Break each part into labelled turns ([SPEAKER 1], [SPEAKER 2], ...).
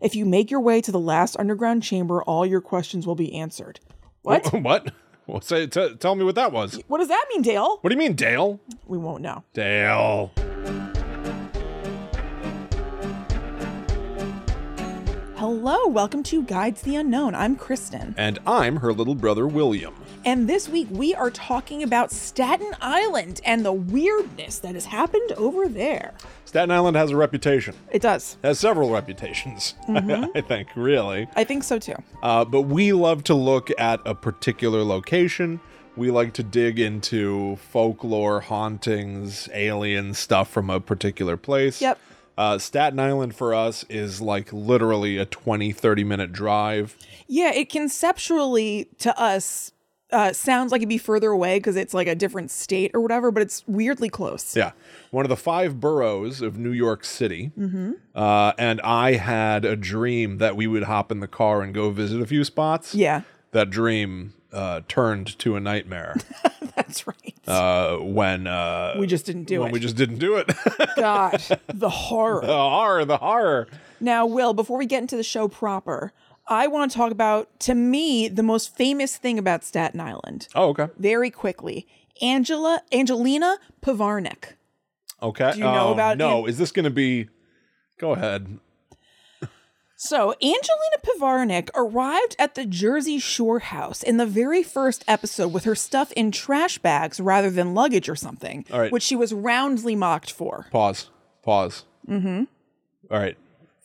[SPEAKER 1] If you make your way to the last underground chamber, all your questions will be answered. What?
[SPEAKER 2] What? Well, say, t- tell me what that was.
[SPEAKER 1] What does that mean, Dale?
[SPEAKER 2] What do you mean, Dale?
[SPEAKER 1] We won't know.
[SPEAKER 2] Dale.
[SPEAKER 1] Hello, welcome to Guides the Unknown. I'm Kristen.
[SPEAKER 2] And I'm her little brother, William.
[SPEAKER 1] And this week we are talking about Staten Island and the weirdness that has happened over there.
[SPEAKER 2] Staten Island has a reputation,
[SPEAKER 1] It does.
[SPEAKER 2] has several reputations, I think, really.
[SPEAKER 1] I think so too.
[SPEAKER 2] Uh, but we love to look at a particular location. We like to dig into folklore, hauntings, alien stuff from a particular place.
[SPEAKER 1] Yep.
[SPEAKER 2] Uh, Staten Island for us is like literally a 20, 30 minute drive.
[SPEAKER 1] Yeah, it conceptually to us uh, sounds like it'd be further away because it's like a different state or whatever, but it's weirdly close.
[SPEAKER 2] Yeah. One of the five boroughs of New York City.
[SPEAKER 1] Mm-hmm.
[SPEAKER 2] Uh, and I had a dream that we would hop in the car and go visit a few spots.
[SPEAKER 1] Yeah,
[SPEAKER 2] That dream uh, turned to a nightmare
[SPEAKER 1] that's right.
[SPEAKER 2] uh, when, uh,
[SPEAKER 1] we just didn't do
[SPEAKER 2] when
[SPEAKER 1] it.
[SPEAKER 2] we just didn't do it.
[SPEAKER 1] God, the horror.
[SPEAKER 2] the horror, the horror.
[SPEAKER 1] Now, Will, before we get into the show proper, I want to talk about, to me, the most famous thing about Staten Island.
[SPEAKER 2] Oh, okay.
[SPEAKER 1] Very quickly, Angela Angelina Pivarnik.
[SPEAKER 2] Okay. Do
[SPEAKER 1] you know about
[SPEAKER 2] No,
[SPEAKER 1] him?
[SPEAKER 2] is this going to be. Go ahead.
[SPEAKER 1] So, Angelina Pivarnik arrived at the Jersey Shore house in the very first episode with her stuff in trash bags rather than luggage or something,
[SPEAKER 2] All right.
[SPEAKER 1] which she was roundly mocked for.
[SPEAKER 2] Pause. Pause. Mm
[SPEAKER 1] Mm-hmm.
[SPEAKER 2] hmm. All right.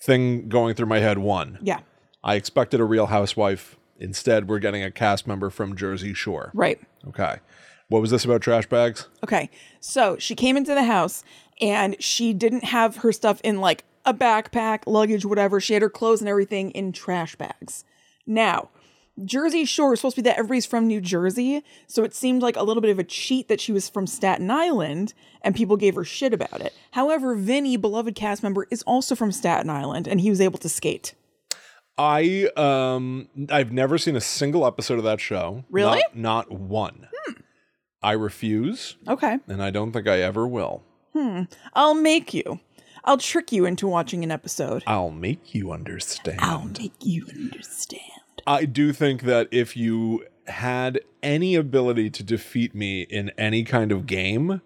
[SPEAKER 2] Thing going through my head one.
[SPEAKER 1] Yeah,
[SPEAKER 2] I expected a real housewife. Instead, we're getting a cast member from Jersey Shore.
[SPEAKER 1] right.
[SPEAKER 2] Okay. What was this about trash bags?
[SPEAKER 1] Okay. So she came into the house and she didn't have her stuff in like a backpack, luggage, whatever. She had her clothes and everything in trash bags. Now, Jersey Shore is supposed to be that everybody's from New Jersey. So it seemed like a little bit of a cheat that she was from Staten Island and people gave her shit about it. However, Vinny, beloved cast member, is also from Staten Island and he was able to skate.
[SPEAKER 2] I um I've never seen a single episode of that show.
[SPEAKER 1] Really? Hmm.
[SPEAKER 2] Not, not one. I refuse,
[SPEAKER 1] Okay.
[SPEAKER 2] and I don't think I ever will.
[SPEAKER 1] I'll make you. I'll trick you into watching an episode.
[SPEAKER 2] I'll make you understand.
[SPEAKER 1] I'll make you understand.
[SPEAKER 2] I do think that if you had any ability to defeat me in any kind of game,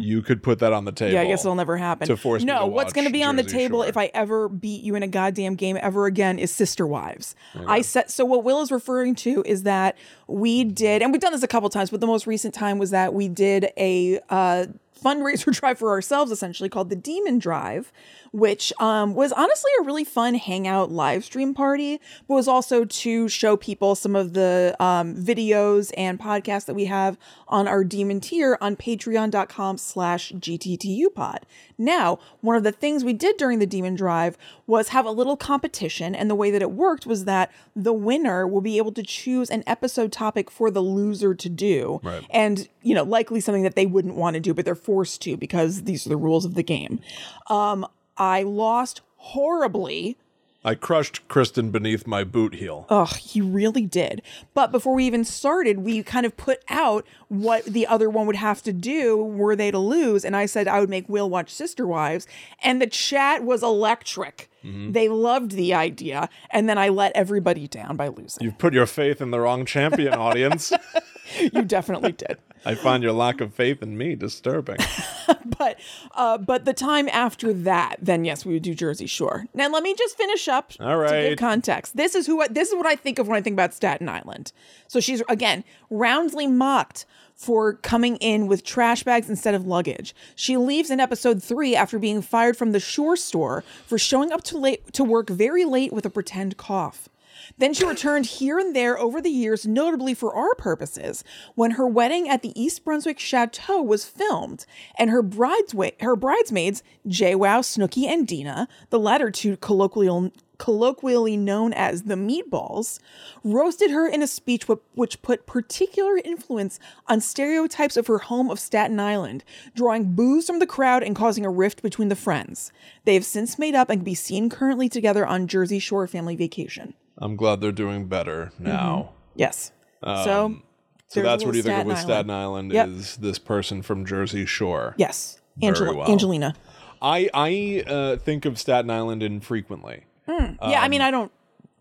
[SPEAKER 2] you could put that on the table.
[SPEAKER 1] Mm-hmm. Yeah, I guess it'll never happen.
[SPEAKER 2] to force me
[SPEAKER 1] no,
[SPEAKER 2] to
[SPEAKER 1] what's
[SPEAKER 2] watch
[SPEAKER 1] gonna be on the
[SPEAKER 2] Jersey
[SPEAKER 1] table
[SPEAKER 2] Shore.
[SPEAKER 1] if I ever beat you in a goddamn game ever again is Sister Wives. I said so. What Will is referring to is that we did, and we've done this a couple times, but the most recent time was that we did a uh, fundraiser drive for ourselves, essentially called the Demon Drive, which um, was honestly a really fun hangout live stream party, but was also to show people some of the um, videos and podcasts that we have on our demon tier on patreon.com slash gttupod. Now, one of the things we did during the demon drive was have a little competition, and the way that it worked was that the winner will be able to choose an episode topic for the loser to do.
[SPEAKER 2] Right.
[SPEAKER 1] And, you know, likely something that they wouldn't want to do, but they're forced to because these are the rules of the game. Um, I lost horribly.
[SPEAKER 2] I crushed Kristen beneath my boot heel.
[SPEAKER 1] Ugh, he really did. But before we even started, we kind of put out what the other one would have to do were they to lose. And I said I would make Will watch Sister Wives. And the chat was electric. They loved the idea. And then I let everybody down by losing.
[SPEAKER 2] You've put your faith in the wrong champion, audience.
[SPEAKER 1] you definitely did.
[SPEAKER 2] I find your lack of faith in me disturbing.
[SPEAKER 1] but uh, but the time after that, then yes, we would do Jersey Shore. Now let me just finish up.
[SPEAKER 2] All
[SPEAKER 1] To
[SPEAKER 2] right.
[SPEAKER 1] give context, this is who I, this is what I think of when I think about Staten Island. So she's again roundly mocked for coming in with trash bags instead of luggage. She leaves in episode three after being fired from the Shore Store for showing up to late to work very late with a pretend cough. Then she returned here and there over the years, notably for our purposes, when her wedding at the East Brunswick Chateau was filmed, and her brideswa- her bridesmaids, JWoww, Snooky, and Dina, the latter two colloquial colloquially known as the meatballs, roasted her in a speech wh- which put particular influence on stereotypes of her home of Staten Island, drawing boos from the crowd and causing a rift between the friends. They have since made up and can be seen currently together on Jersey Shore family vacation.
[SPEAKER 2] I'm glad they're doing better
[SPEAKER 1] Mm-hmm.
[SPEAKER 2] now.
[SPEAKER 1] Yes. so,
[SPEAKER 2] Um, So
[SPEAKER 1] there's a
[SPEAKER 2] that's what
[SPEAKER 1] little
[SPEAKER 2] you think of
[SPEAKER 1] Staten
[SPEAKER 2] with
[SPEAKER 1] Island.
[SPEAKER 2] Staten Island
[SPEAKER 1] Yep.
[SPEAKER 2] is this person from Jersey Shore.
[SPEAKER 1] Yes.
[SPEAKER 2] Very
[SPEAKER 1] Angela,
[SPEAKER 2] well.
[SPEAKER 1] Angelina.
[SPEAKER 2] I I uh, think of Staten Island infrequently.
[SPEAKER 1] yeah, I mean, I don't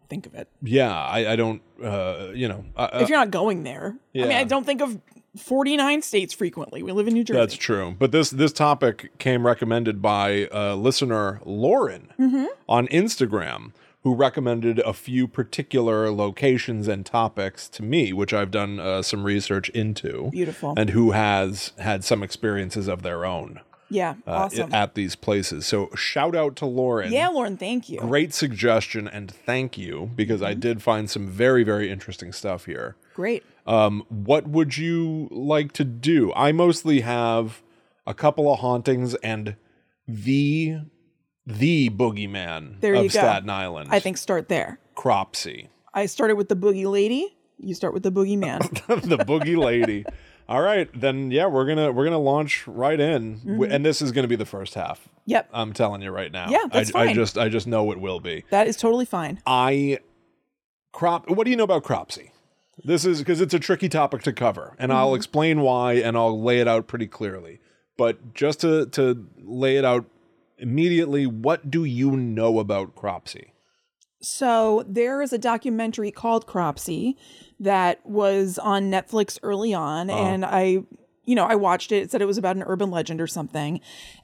[SPEAKER 1] think of it.
[SPEAKER 2] Yeah, I, I don't. Uh, you know, I, I-
[SPEAKER 1] if you're not going there, I mean,
[SPEAKER 2] yeah.
[SPEAKER 1] I don't think of 49 states frequently. We live in New Jersey.
[SPEAKER 2] That's true. But this this topic came recommended by uh, listener Lauren
[SPEAKER 1] Mm-hmm.
[SPEAKER 2] on Instagram, who recommended a few particular locations and topics to me, which I've done uh, some research into.
[SPEAKER 1] Beautiful.
[SPEAKER 2] And who has had some experiences of their own
[SPEAKER 1] yeah,
[SPEAKER 2] uh,
[SPEAKER 1] awesome.
[SPEAKER 2] at these places. So shout out to Lauren.
[SPEAKER 1] yeah, Lauren, thank you.
[SPEAKER 2] Great suggestion and thank you because
[SPEAKER 1] Mm-hmm.
[SPEAKER 2] I did find some very very interesting stuff here
[SPEAKER 1] Great.
[SPEAKER 2] um, what would you like to do? I mostly have a couple of hauntings and the the boogeyman
[SPEAKER 1] There
[SPEAKER 2] of
[SPEAKER 1] you go.
[SPEAKER 2] Staten Island.
[SPEAKER 1] I think start there.
[SPEAKER 2] Cropsy,
[SPEAKER 1] I started with the boogie lady. You start with the boogeyman.
[SPEAKER 2] the boogie lady. All right, then yeah, we're gonna we're gonna launch right in, W- and this is gonna be the first half.
[SPEAKER 1] yep.
[SPEAKER 2] I'm telling you right now.
[SPEAKER 1] Mm-hmm. Yeah, that's
[SPEAKER 2] I, I
[SPEAKER 1] fine.
[SPEAKER 2] just I just know it will be.
[SPEAKER 1] that is totally fine.
[SPEAKER 2] I crop. What do you know about cropsy? This is because it's a tricky topic to cover, and I'll explain why, and I'll lay it out pretty clearly. But just to to lay it out immediately, what do you know about cropsy?
[SPEAKER 1] So there is a documentary called Cropsy that was on Netflix early on, and I, you know, I watched it. It said it was about an urban legend or something,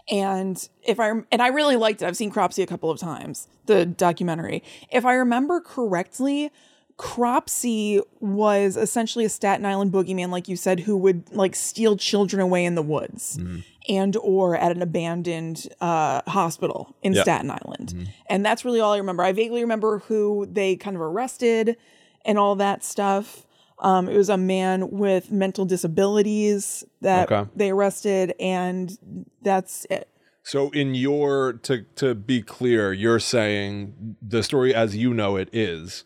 [SPEAKER 1] and if I and I really liked it. I've seen Cropsy a couple of times, the documentary. If I remember correctly, Cropsy was essentially a Staten Island boogeyman, like you said, who would like steal children away in the woods and or at an abandoned uh, hospital in Staten Island.
[SPEAKER 2] Mm-hmm.
[SPEAKER 1] And that's really all I remember. I vaguely remember who they kind of arrested and all that stuff. Um, it was a man with mental disabilities that
[SPEAKER 2] Okay.
[SPEAKER 1] they arrested, and that's it.
[SPEAKER 2] So, in your to to be clear, you're saying the story as you know it is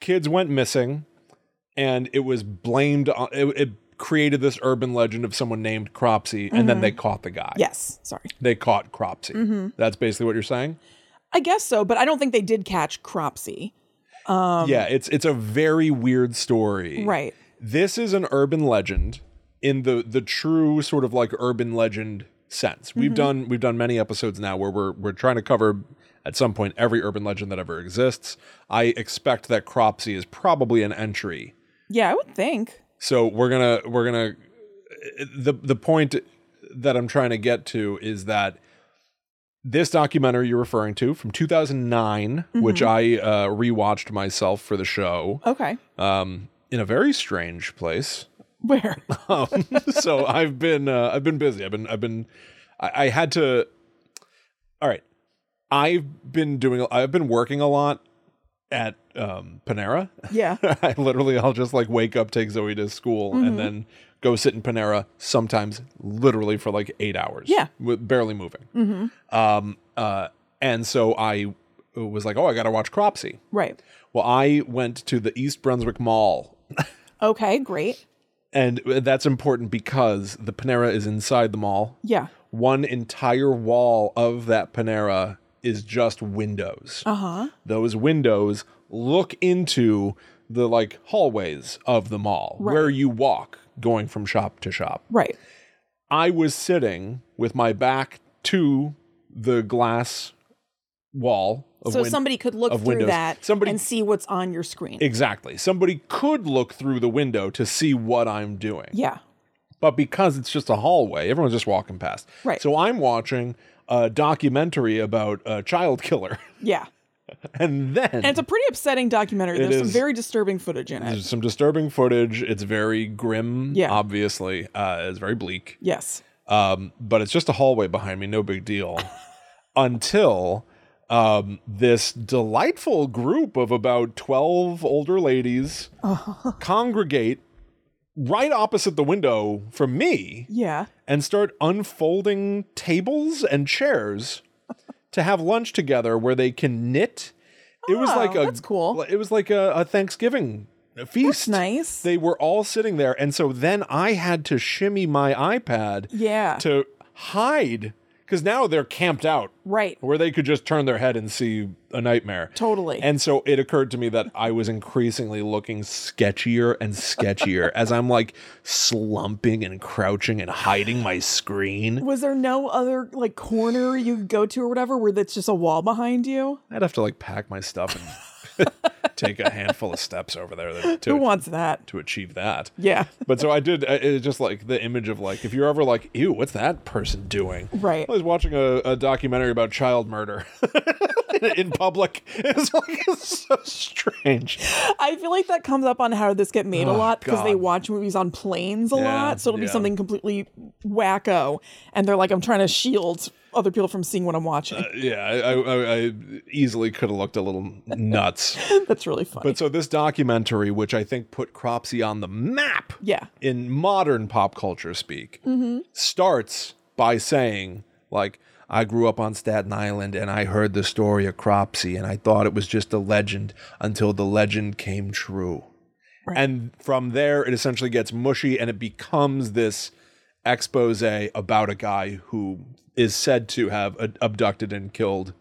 [SPEAKER 2] kids went missing, and it was blamed on it. it created this urban legend of someone named cropsy and then they caught the guy
[SPEAKER 1] Yes, sorry.
[SPEAKER 2] they caught Cropsy. That's basically what you're saying.
[SPEAKER 1] I guess so, but I don't think they did catch Cropsy.
[SPEAKER 2] yeah, it's it's a very weird story.
[SPEAKER 1] Right.
[SPEAKER 2] This is an urban legend in the the true sort of like urban legend sense. We've done we've done many episodes now where we're we're trying to cover at some point every urban legend that ever exists. I expect that Cropsy is probably an entry.
[SPEAKER 1] Yeah, I would think.
[SPEAKER 2] So we're gonna we're gonna the the point that I'm trying to get to is that this documentary you're referring to from 2009, which I uh, rewatched myself for the show,
[SPEAKER 1] Okay.
[SPEAKER 2] um, in a very strange place.
[SPEAKER 1] Where?
[SPEAKER 2] Um, so I've been uh, I've been busy. I've been I've been I, I had to. All right, I've been doing I've been working a lot at um, Panera
[SPEAKER 1] yeah.
[SPEAKER 2] I literally, I'll just like wake up, take Zoe to school, and then go sit in Panera. Sometimes, literally for like eight hours.
[SPEAKER 1] Yeah.
[SPEAKER 2] with barely moving. Um. Uh. And so I was like, oh, I gotta watch Cropsy.
[SPEAKER 1] Right.
[SPEAKER 2] Well, I went to the East Brunswick Mall,
[SPEAKER 1] Okay, great.
[SPEAKER 2] and uh, that's important because the Panera is inside the mall.
[SPEAKER 1] Yeah.
[SPEAKER 2] One entire wall of that Panera is just windows
[SPEAKER 1] Uh huh.
[SPEAKER 2] those windows look into the like hallways of the mall where you walk going from shop to shop.
[SPEAKER 1] Right.
[SPEAKER 2] I was sitting with my back to the glass wall of
[SPEAKER 1] So
[SPEAKER 2] win-
[SPEAKER 1] somebody could look
[SPEAKER 2] of
[SPEAKER 1] through
[SPEAKER 2] windows.
[SPEAKER 1] that
[SPEAKER 2] Somebody-
[SPEAKER 1] and see what's on your screen.
[SPEAKER 2] exactly. Somebody could look through the window to see what I'm doing.
[SPEAKER 1] yeah.
[SPEAKER 2] But because it's just a hallway, everyone's just walking past.
[SPEAKER 1] Right.
[SPEAKER 2] So I'm watching a documentary about a child killer.
[SPEAKER 1] Yeah.
[SPEAKER 2] and then
[SPEAKER 1] And it's a pretty upsetting documentary. There's some
[SPEAKER 2] is.
[SPEAKER 1] very disturbing footage in it.
[SPEAKER 2] There's some disturbing footage. It's very grim,
[SPEAKER 1] Yeah.
[SPEAKER 2] obviously. Uh, it's very bleak.
[SPEAKER 1] Yes.
[SPEAKER 2] Um, but it's just a hallway behind me, no big deal. Until um, this delightful group of about 12 older ladies congregate right opposite the window from me
[SPEAKER 1] Yeah.
[SPEAKER 2] and start unfolding tables and chairs to have lunch together where they can knit. It was
[SPEAKER 1] Oh,
[SPEAKER 2] like a
[SPEAKER 1] that's cool.
[SPEAKER 2] It was like a, a Thanksgiving feast.
[SPEAKER 1] Nice.
[SPEAKER 2] They were all sitting there, and so then I had to shimmy my iPad
[SPEAKER 1] yeah.
[SPEAKER 2] to hide. because now they're camped out
[SPEAKER 1] Right.
[SPEAKER 2] where they could just turn their head and see a nightmare.
[SPEAKER 1] Totally.
[SPEAKER 2] And so it occurred to me that I was increasingly looking sketchier and sketchier as I'm like slumping and crouching and hiding my screen.
[SPEAKER 1] Was there no other like corner you could go to or whatever where that's just a wall behind you?
[SPEAKER 2] I'd have to like pack my stuff and take a handful of steps over there to,
[SPEAKER 1] Who wants that?
[SPEAKER 2] to achieve that.
[SPEAKER 1] Yeah.
[SPEAKER 2] But so I did. I- It's just like the image of like if you're ever like, ew, what's that person doing?
[SPEAKER 1] Right.
[SPEAKER 2] I was watching a, a documentary about child murder in public. It's like it's so strange.
[SPEAKER 1] I feel like that comes up on How Did This Get Made a
[SPEAKER 2] Oh,
[SPEAKER 1] lot because they
[SPEAKER 2] God.
[SPEAKER 1] watch movies on planes a
[SPEAKER 2] Yeah,
[SPEAKER 1] lot. So it'll be
[SPEAKER 2] yeah.
[SPEAKER 1] something completely wacko. And they're like, I'm trying to shield other people from seeing what I'm watching.
[SPEAKER 2] Yeah, I, I, I easily could have looked a little nuts.
[SPEAKER 1] that's really funny.
[SPEAKER 2] But so this documentary, which I think put Cropsy on the map
[SPEAKER 1] yeah.
[SPEAKER 2] in modern pop culture speak, starts by saying, like, I grew up on Staten Island and I heard the story of Cropsy and I thought it was just a legend until the legend came true. And from there, it essentially gets mushy and it becomes this expose about a guy who is said to have ad- abducted and killed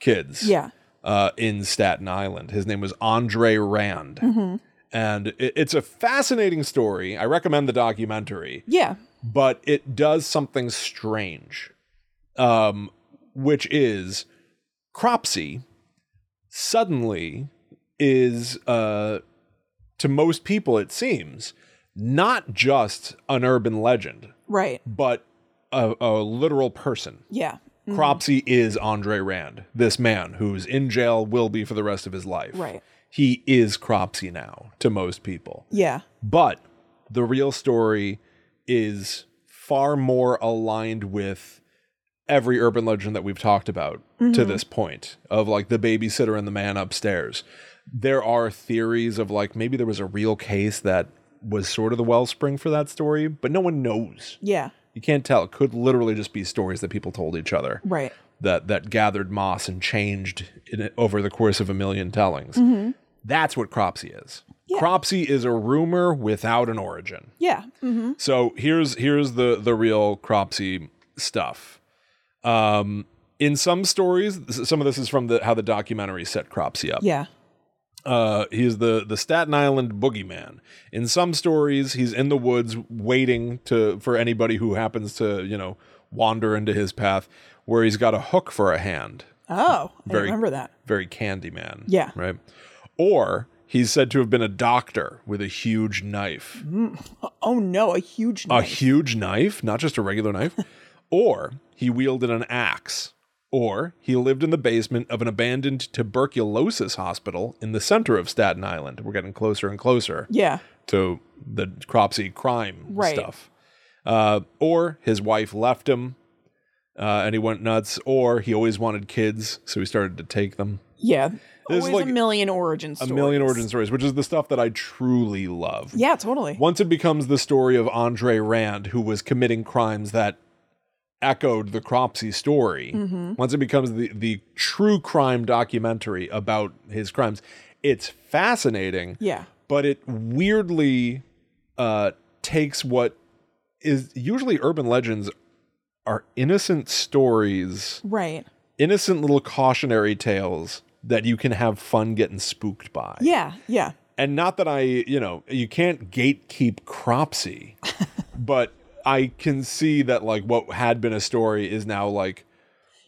[SPEAKER 2] kids
[SPEAKER 1] Yeah.
[SPEAKER 2] uh, in Staten Island. His name was Andre Rand. And it, it's a fascinating story. I recommend the documentary,
[SPEAKER 1] Yeah.
[SPEAKER 2] but it does something strange, um, which is Cropsy suddenly is, uh, to most people, it seems, not just an urban legend,
[SPEAKER 1] Right.
[SPEAKER 2] but a, a literal person.
[SPEAKER 1] Yeah.
[SPEAKER 2] Cropsy is Andre Rand, this man who's in jail, will be for the rest of his life.
[SPEAKER 1] Right.
[SPEAKER 2] He is Cropsy now to most people.
[SPEAKER 1] Yeah.
[SPEAKER 2] But the real story is far more aligned with every urban legend that we've talked about to this point of like the babysitter and the man upstairs. There are theories of like maybe there was a real case that was sort of the wellspring for that story, but no one knows.
[SPEAKER 1] Yeah.
[SPEAKER 2] You can't tell. It could literally just be stories that people told each other
[SPEAKER 1] Right.
[SPEAKER 2] that that gathered moss and changed in, over the course of a million tellings. That's what Cropsy is. Cropsy is a rumor without an origin.
[SPEAKER 1] Yeah. Mm.
[SPEAKER 2] So here's here's the the real Cropsy stuff. Um, in some stories, s- some of this is from the how the documentary set Cropsy up.
[SPEAKER 1] Yeah.
[SPEAKER 2] Uh, he's the the Staten Island boogeyman. In some stories, he's in the woods waiting to for anybody who happens to you know wander into his path, where he's got a hook for a hand,
[SPEAKER 1] Oh, I
[SPEAKER 2] Very-
[SPEAKER 1] remember that.
[SPEAKER 2] very Candyman.
[SPEAKER 1] Yeah.
[SPEAKER 2] right. Or he's said to have been a doctor with a huge knife,
[SPEAKER 1] Oh no, a huge
[SPEAKER 2] a
[SPEAKER 1] knife.
[SPEAKER 2] huge knife, not just a regular knife. or he wielded an axe. Or he lived in the basement of an abandoned tuberculosis hospital in the center of Staten Island. We're getting closer and closer.
[SPEAKER 1] yeah.
[SPEAKER 2] to the Cropsy crime
[SPEAKER 1] Right.
[SPEAKER 2] stuff. Uh, or his wife left him uh, and he went nuts, or he always wanted kids, so he started to take them.
[SPEAKER 1] Yeah.
[SPEAKER 2] There's
[SPEAKER 1] Always
[SPEAKER 2] like
[SPEAKER 1] a million origin stories.
[SPEAKER 2] A million origin stories, which is the stuff that I truly love.
[SPEAKER 1] Yeah, totally.
[SPEAKER 2] Once it becomes the story of Andre Rand, who was committing crimes that echoed the Cropsy story,
[SPEAKER 1] Mm-hmm.
[SPEAKER 2] once it becomes the, the true crime documentary about his crimes, it's fascinating
[SPEAKER 1] Yeah.
[SPEAKER 2] but it weirdly uh, takes what is usually urban legends are innocent stories,
[SPEAKER 1] Right.
[SPEAKER 2] innocent little cautionary tales that you can have fun getting spooked by.
[SPEAKER 1] Yeah. Yeah.
[SPEAKER 2] And not that I, you know, you can't gatekeep Cropsy, but I can see that like what had been a story is now like,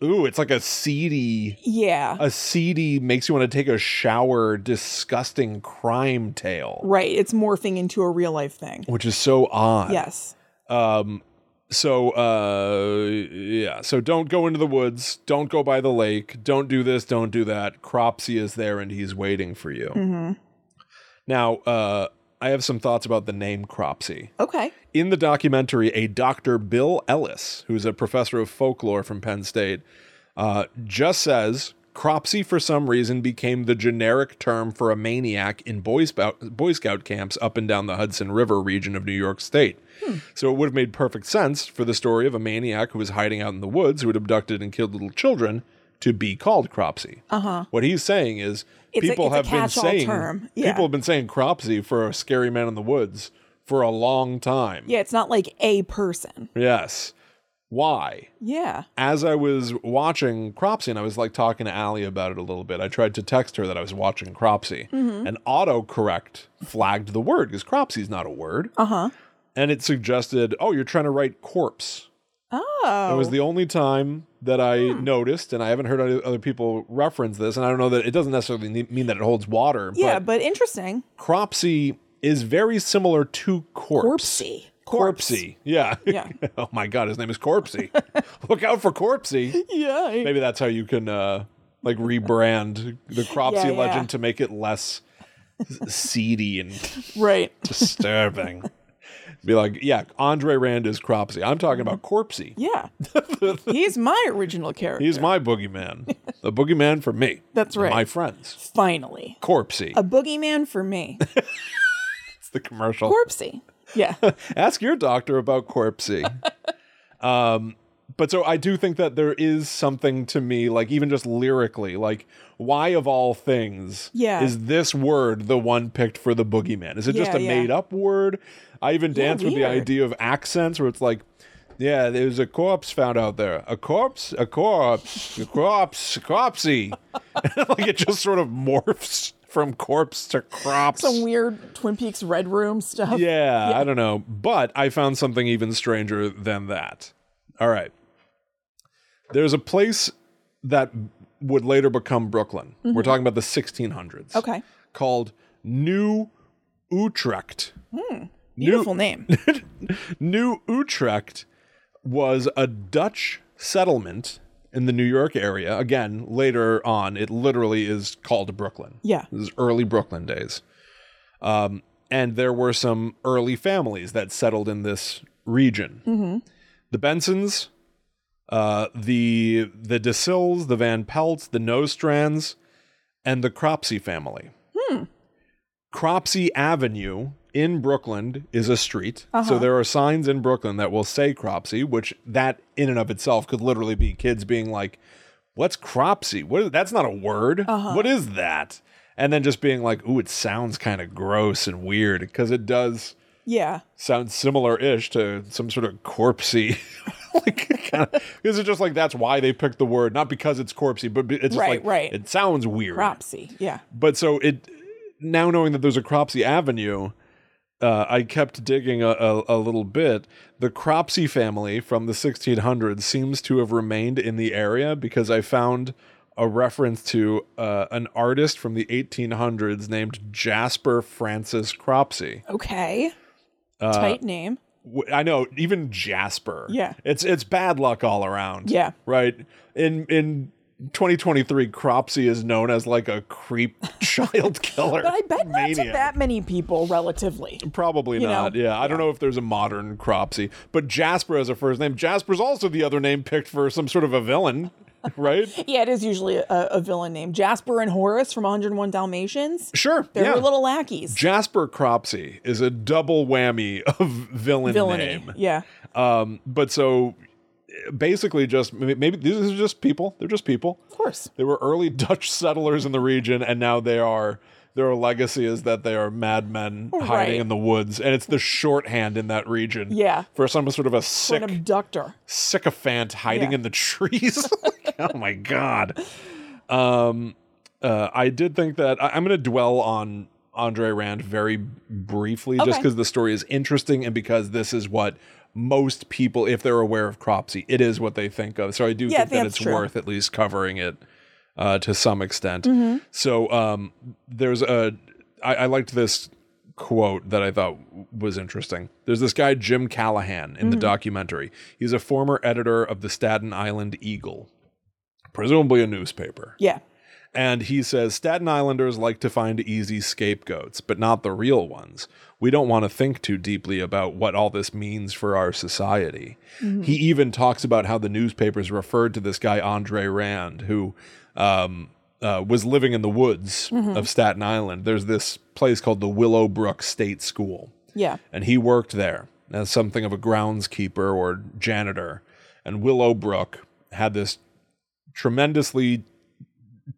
[SPEAKER 2] ooh, it's like a seedy
[SPEAKER 1] Yeah.
[SPEAKER 2] a seedy makes you want to take a shower disgusting crime tale
[SPEAKER 1] right. It's morphing into a real life thing.
[SPEAKER 2] which is so odd.
[SPEAKER 1] Yes.
[SPEAKER 2] So uh yeah, so don't go into the woods, don't go by the lake, don't do this, don't do that. Cropsy is there and he's waiting for you. Now, uh I have some thoughts about the name Cropsy.
[SPEAKER 1] Okay.
[SPEAKER 2] In the documentary, a Dr. Bill Ellis, who's a professor of folklore from Penn State, uh, just says Cropsy, for some reason, became the generic term for a maniac in Boy Scout, Boy Scout camps up and down the Hudson River region of New York State.
[SPEAKER 1] Hmm.
[SPEAKER 2] So it would have made perfect sense for the story of a maniac who was hiding out in the woods who had abducted and killed little children to be called Cropsy. Uh-huh. What he's saying is
[SPEAKER 1] It's a-
[SPEAKER 2] people
[SPEAKER 1] it's a
[SPEAKER 2] have been
[SPEAKER 1] catch-all
[SPEAKER 2] saying
[SPEAKER 1] term. Yeah.
[SPEAKER 2] people have been saying Cropsy for a scary man in the woods for a long time.
[SPEAKER 1] Yeah, it's not like a person.
[SPEAKER 2] Yes. why.
[SPEAKER 1] Yeah.
[SPEAKER 2] As I was watching Cropsy, and I was like talking to Allie about it a little bit, I tried to text her that I was watching Cropsy,
[SPEAKER 1] Mm-hmm.
[SPEAKER 2] and autocorrect flagged the word because Cropsy's not a word.
[SPEAKER 1] Uh huh.
[SPEAKER 2] And it suggested, oh, you're trying to write corpse.
[SPEAKER 1] Oh. Hmm.
[SPEAKER 2] That was the only time that I noticed, and I haven't heard other other people reference this. And I don't know that it doesn't necessarily ne- mean that it holds water,
[SPEAKER 1] yeah,
[SPEAKER 2] but
[SPEAKER 1] but interesting.
[SPEAKER 2] Cropsy is very similar to corpse.
[SPEAKER 1] Corpsey.
[SPEAKER 2] Corpsey. Yeah.
[SPEAKER 1] Yeah.
[SPEAKER 2] oh my God, his name is Corpsey. Look out for Corpsey.
[SPEAKER 1] Yeah.
[SPEAKER 2] Maybe that's how you can uh, like rebrand the Cropsey
[SPEAKER 1] Yeah, yeah.
[SPEAKER 2] legend to make it less s- seedy and
[SPEAKER 1] Right.
[SPEAKER 2] disturbing. Be like, yeah, Andre Rand is Cropsey. I'm talking about Corpsey.
[SPEAKER 1] Yeah. He's my original character.
[SPEAKER 2] He's my boogeyman. The boogeyman for me.
[SPEAKER 1] That's
[SPEAKER 2] And
[SPEAKER 1] right. Uh,
[SPEAKER 2] My friends.
[SPEAKER 1] Finally.
[SPEAKER 2] Corpsey.
[SPEAKER 1] A boogeyman for me.
[SPEAKER 2] That's the commercial.
[SPEAKER 1] Corpsey. Yeah.
[SPEAKER 2] Ask your doctor about Corpsey. um, but so I do think that there is something to me, like even just lyrically, like why of all things
[SPEAKER 1] Yeah.
[SPEAKER 2] is this word the one picked for the boogeyman? Is it just
[SPEAKER 1] Yeah,
[SPEAKER 2] a
[SPEAKER 1] yeah.
[SPEAKER 2] made up word? I even dance with the
[SPEAKER 1] weird.
[SPEAKER 2] idea of accents where it's like, yeah, there's a corpse found out there. A corpse, a corpse, a corpse, a corpsey. like it just sort of morphs from corpse to crops.
[SPEAKER 1] Some weird Twin Peaks Red Room stuff.
[SPEAKER 2] Yeah, I don't know. But I found something even stranger than that. All right. There's a place that would later become Brooklyn. We're talking about the 1600s.
[SPEAKER 1] Okay.
[SPEAKER 2] Called New Utrecht.
[SPEAKER 1] Beautiful name.
[SPEAKER 2] New Utrecht was a Dutch settlement in the New York area. Again, later on, it literally is called Brooklyn.
[SPEAKER 1] Yeah.
[SPEAKER 2] This is early Brooklyn days. Um, and there were some early families that settled in this region. The Bensons, uh, the the DeSilles, the Van Pelts, the Nostrands, and the Cropsey family. Cropsey Avenue in Brooklyn is a street. So there are signs in Brooklyn that will say Cropsey, which that in and of itself could literally be kids being like, "What's Cropsey? What? Is, that's not a word.
[SPEAKER 1] Uh-huh.
[SPEAKER 2] What is that?" And then just being like, "Ooh, it sounds kind of gross and weird because it does."
[SPEAKER 1] Yeah.
[SPEAKER 2] sounds similar-ish to some sort of corpsey. like, kind of, is it just like that's why they picked the word, not because it's corpsey, but be- it's just
[SPEAKER 1] Right,
[SPEAKER 2] like
[SPEAKER 1] right.
[SPEAKER 2] it sounds weird.
[SPEAKER 1] Cropsey. Yeah.
[SPEAKER 2] But so it now knowing that there's a Cropsey Avenue, uh, I kept digging a, a, a little bit. The Cropsey family from the 1600s seems to have remained in the area because I found a reference to uh, an artist from the 1800s named Jasper Francis Cropsey.
[SPEAKER 1] Okay.
[SPEAKER 2] Uh,
[SPEAKER 1] Tight name.
[SPEAKER 2] w- I know even Jasper.
[SPEAKER 1] Yeah.
[SPEAKER 2] It's it's bad luck all around.
[SPEAKER 1] Yeah.
[SPEAKER 2] Right. In in 2023 Cropsy is known as like a creep child killer.
[SPEAKER 1] But I bet not to
[SPEAKER 2] maniac.
[SPEAKER 1] that many people relatively.
[SPEAKER 2] Probably
[SPEAKER 1] you know?
[SPEAKER 2] not. Yeah. I don't know if there's a modern Cropsy, but Jasper as a first name. Jasper's also the other name picked for some sort of a villain, right?
[SPEAKER 1] Yeah, it is usually a, a villain name. Jasper and Horace from 101 Dalmatians.
[SPEAKER 2] Sure.
[SPEAKER 1] They
[SPEAKER 2] yeah.
[SPEAKER 1] were little lackeys.
[SPEAKER 2] Jasper Cropsy is a double whammy of villain
[SPEAKER 1] Villainy.
[SPEAKER 2] name.
[SPEAKER 1] Yeah.
[SPEAKER 2] Um, but so basically just maybe, maybe these are just people. They're just people.
[SPEAKER 1] Of course.
[SPEAKER 2] They were early Dutch settlers in the region, and now they are. Their legacy is that they are madmen hiding
[SPEAKER 1] Right.
[SPEAKER 2] in the woods, and it's the shorthand in that region.
[SPEAKER 1] Yeah.
[SPEAKER 2] for some sort of a
[SPEAKER 1] For
[SPEAKER 2] sick
[SPEAKER 1] an abductor.
[SPEAKER 2] sycophant hiding
[SPEAKER 1] Yeah.
[SPEAKER 2] in the trees. Like, oh my god. Um, uh, I did think that I, am going to dwell on Andre Rand very briefly, just
[SPEAKER 1] Okay.
[SPEAKER 2] because the story is interesting and because this is what most people, if they're aware of Cropsy, it is what they think of. So I do
[SPEAKER 1] Yeah, I think
[SPEAKER 2] think that
[SPEAKER 1] that's
[SPEAKER 2] it's
[SPEAKER 1] true.
[SPEAKER 2] worth at least covering it uh, to some extent.
[SPEAKER 1] Mm-hmm.
[SPEAKER 2] So um, there's a I, I liked this quote that I thought was interesting. There's this guy Jim Callahan
[SPEAKER 1] Mm-hmm.
[SPEAKER 2] in the documentary. He's a former editor of the Staten Island Eagle, presumably a newspaper.
[SPEAKER 1] Yeah.
[SPEAKER 2] And he says Staten Islanders like to find easy scapegoats, but not the real ones. We don't want to think too deeply about what all this means for our society. He even talks about how the newspapers referred to this guy, Andre Rand, who um, uh, was living in the woods of Staten Island. There's this place called the Willowbrook State School
[SPEAKER 1] Yeah.
[SPEAKER 2] and he worked there as something of a groundskeeper or janitor. And Willowbrook had this tremendously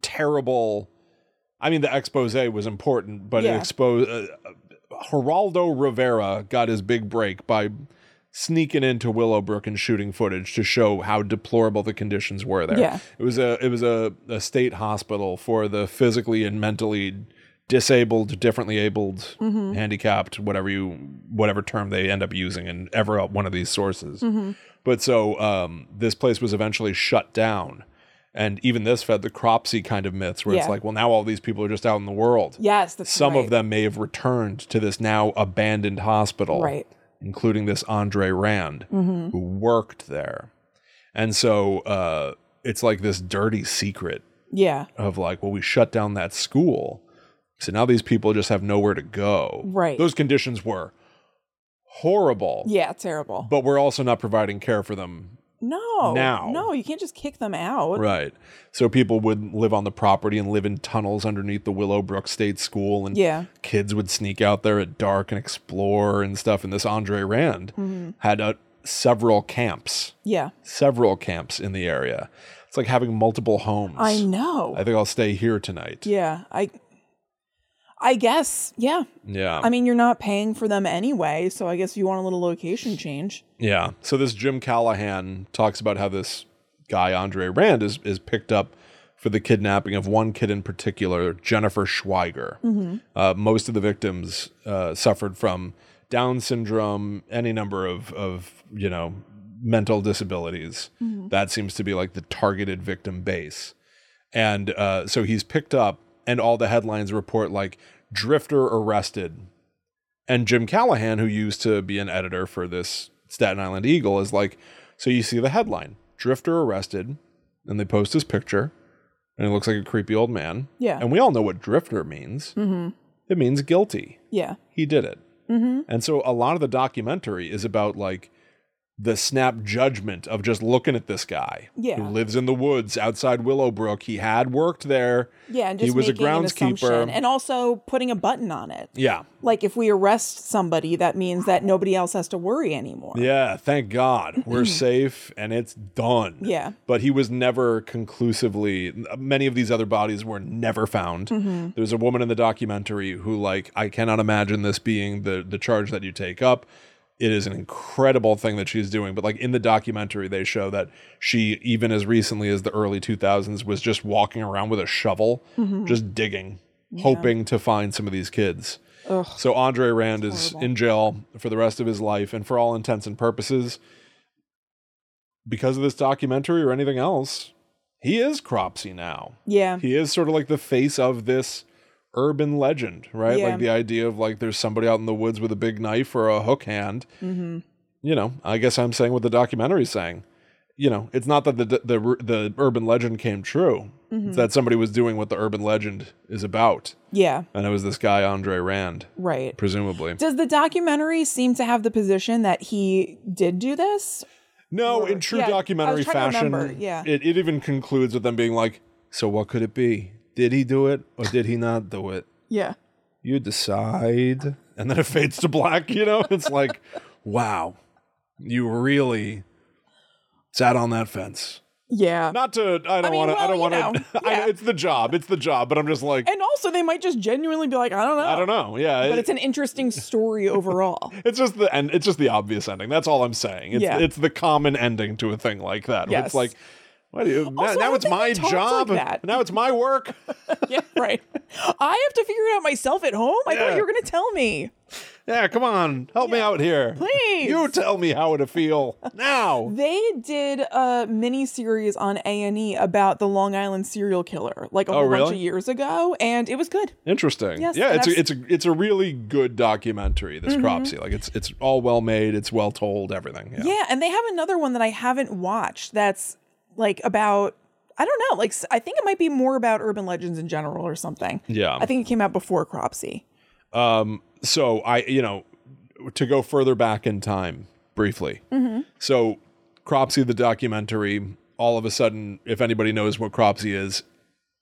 [SPEAKER 2] terrible. I mean, the expose was important, but
[SPEAKER 1] Yeah.
[SPEAKER 2] uh, it exposed. Uh, Geraldo Rivera got his big break by sneaking into Willowbrook and shooting footage to show how deplorable the conditions were there.
[SPEAKER 1] Yeah.
[SPEAKER 2] It was a it was a, a state hospital for the physically and mentally disabled, differently abled,
[SPEAKER 1] Mm-hmm.
[SPEAKER 2] handicapped, whatever you whatever term they end up using in ever one of these sources.
[SPEAKER 1] Mm-hmm.
[SPEAKER 2] But so um, this place was eventually shut down. And even this fed the cropsy kind of myths where it's
[SPEAKER 1] Yeah.
[SPEAKER 2] like, well, now all these people are just out in the world.
[SPEAKER 1] Yes, that's
[SPEAKER 2] Some
[SPEAKER 1] right.
[SPEAKER 2] of them may have returned to this now abandoned hospital,
[SPEAKER 1] Right.
[SPEAKER 2] including this Andre Rand,
[SPEAKER 1] Mm-hmm.
[SPEAKER 2] who worked there. And so uh, it's like this dirty secret
[SPEAKER 1] Yeah,
[SPEAKER 2] of like, well, we shut down that school. So now these people just have nowhere to go.
[SPEAKER 1] Right.
[SPEAKER 2] Those conditions were horrible,
[SPEAKER 1] yeah, terrible.
[SPEAKER 2] but we're also not providing care for them.
[SPEAKER 1] No,
[SPEAKER 2] Now.
[SPEAKER 1] no, you can't just kick them out.
[SPEAKER 2] Right. So people would live on the property and live in tunnels underneath the Willowbrook State School and
[SPEAKER 1] Yeah,
[SPEAKER 2] kids would sneak out there at dark and explore and stuff. And this Andre Rand
[SPEAKER 1] Mm-hmm.
[SPEAKER 2] had uh, several camps,
[SPEAKER 1] yeah,
[SPEAKER 2] several camps in the area. It's like having multiple homes.
[SPEAKER 1] I know.
[SPEAKER 2] I think I'll stay here tonight.
[SPEAKER 1] yeah, I, I guess. Yeah,
[SPEAKER 2] Yeah.
[SPEAKER 1] I mean, you're not paying for them anyway, so I guess you want a little location change.
[SPEAKER 2] yeah. So this Jim Callahan talks about how this guy, Andre Rand, is, is picked up for the kidnapping of one kid in particular, Jennifer Schweiger.
[SPEAKER 1] Mm-hmm.
[SPEAKER 2] Uh, most of the victims uh, suffered from Down syndrome, any number of, of you know, mental disabilities.
[SPEAKER 1] Mm-hmm.
[SPEAKER 2] That seems to be like the targeted victim base. And uh, so he's picked up, and all the headlines report like Drifter arrested. And Jim Callahan, who used to be an editor for this Staten Island Eagle, is like, so you see the headline Drifter arrested, and they post his picture, and it looks like a creepy old man.
[SPEAKER 1] Yeah.
[SPEAKER 2] And we all know what Drifter means it means guilty.
[SPEAKER 1] Yeah,
[SPEAKER 2] He did it. And so a lot of the documentary is about like the snap judgment of just looking at this guy
[SPEAKER 1] Yeah.
[SPEAKER 2] who lives in the woods outside Willowbrook. He had worked there.
[SPEAKER 1] yeah, and
[SPEAKER 2] He
[SPEAKER 1] just
[SPEAKER 2] was a
[SPEAKER 1] making an assumption.
[SPEAKER 2] groundskeeper.
[SPEAKER 1] and also putting a button on it.
[SPEAKER 2] Yeah.
[SPEAKER 1] Like if we arrest somebody, that means that nobody else has to worry anymore.
[SPEAKER 2] Yeah, thank God. We're safe and it's done.
[SPEAKER 1] Yeah.
[SPEAKER 2] But he was never conclusively, many of these other bodies were never found.
[SPEAKER 1] Mm-hmm.
[SPEAKER 2] There's a woman in the documentary who, like, I cannot imagine this being the, the charge that you take up. It is an incredible thing that she's doing. But, like, in the documentary, they show that she, even as recently as the early 2000s, was just walking around with a shovel,
[SPEAKER 1] Mm-hmm.
[SPEAKER 2] just digging, hoping to find some of these kids. So Andre Rand is in jail for the rest of his life, and for all intents and purposes, because of this documentary or anything else, he is Cropsy now.
[SPEAKER 1] Yeah,
[SPEAKER 2] He is sort of like the face of this urban legend, right?
[SPEAKER 1] Yeah.
[SPEAKER 2] Like the idea of like there's somebody out in the woods with a big knife or a hook hand. You know, I guess I'm saying what the documentary's saying. You know, it's not that the the the, urban legend came true. It's that somebody was doing what the urban legend is about,
[SPEAKER 1] yeah,
[SPEAKER 2] and it was this guy Andre Rand,
[SPEAKER 1] right.
[SPEAKER 2] presumably.
[SPEAKER 1] Does the documentary seem to have the position that he did do this?
[SPEAKER 2] No,
[SPEAKER 1] Or-
[SPEAKER 2] in true
[SPEAKER 1] yeah, I was
[SPEAKER 2] documentary
[SPEAKER 1] trying to
[SPEAKER 2] fashion,
[SPEAKER 1] remember, yeah.
[SPEAKER 2] it, it even concludes with them being like, "So what could it be? Did he do it or did he not do it?
[SPEAKER 1] Yeah.
[SPEAKER 2] You decide." And then it fades to black. You know, it's like, wow, you really sat on that fence.
[SPEAKER 1] Yeah.
[SPEAKER 2] Not to, I don't
[SPEAKER 1] mean,
[SPEAKER 2] want to, I
[SPEAKER 1] well,
[SPEAKER 2] don't
[SPEAKER 1] you
[SPEAKER 2] want to.
[SPEAKER 1] know, yeah.
[SPEAKER 2] It's the job, it's the job. But I'm just like,
[SPEAKER 1] and also, they might just genuinely be like, I don't know.
[SPEAKER 2] I don't know. Yeah,
[SPEAKER 1] But
[SPEAKER 2] it-
[SPEAKER 1] it's an interesting story overall.
[SPEAKER 2] It's just the end. It's just the obvious ending. That's all I'm saying. It's,
[SPEAKER 1] Yeah.
[SPEAKER 2] it's the common ending to a thing like that. where It's
[SPEAKER 1] Yes.
[SPEAKER 2] like, why do you, now,
[SPEAKER 1] I
[SPEAKER 2] now
[SPEAKER 1] don't
[SPEAKER 2] it's
[SPEAKER 1] think
[SPEAKER 2] my
[SPEAKER 1] they talked
[SPEAKER 2] job.
[SPEAKER 1] like that.
[SPEAKER 2] Now it's my work.
[SPEAKER 1] yeah, right. I have to figure it out myself at home. I
[SPEAKER 2] Yeah.
[SPEAKER 1] thought you were going to tell me.
[SPEAKER 2] Yeah, come on, help me out here,
[SPEAKER 1] Please.
[SPEAKER 2] You tell me how to feel now.
[SPEAKER 1] They did a mini series on A and E about the Long Island serial killer, like a whole bunch
[SPEAKER 2] Oh, really?
[SPEAKER 1] of years ago, and it was good.
[SPEAKER 2] Interesting.
[SPEAKER 1] Yes, Mm-hmm.
[SPEAKER 2] yeah,
[SPEAKER 1] and
[SPEAKER 2] it's a,
[SPEAKER 1] I've-
[SPEAKER 2] it's a it's a really good documentary. This Cropsy, like it's it's all well made. It's well told. Everything. Yeah.
[SPEAKER 1] Yeah, and they have another one that I haven't watched. That's like about I don't know. Like s- I think it might be more about urban legends in general or something.
[SPEAKER 2] Yeah.
[SPEAKER 1] I think it came out before Cropsy.
[SPEAKER 2] Um, so I, you know, to go further back in time briefly. So, Cropsy, the documentary, all of a sudden, if anybody knows what Cropsy is,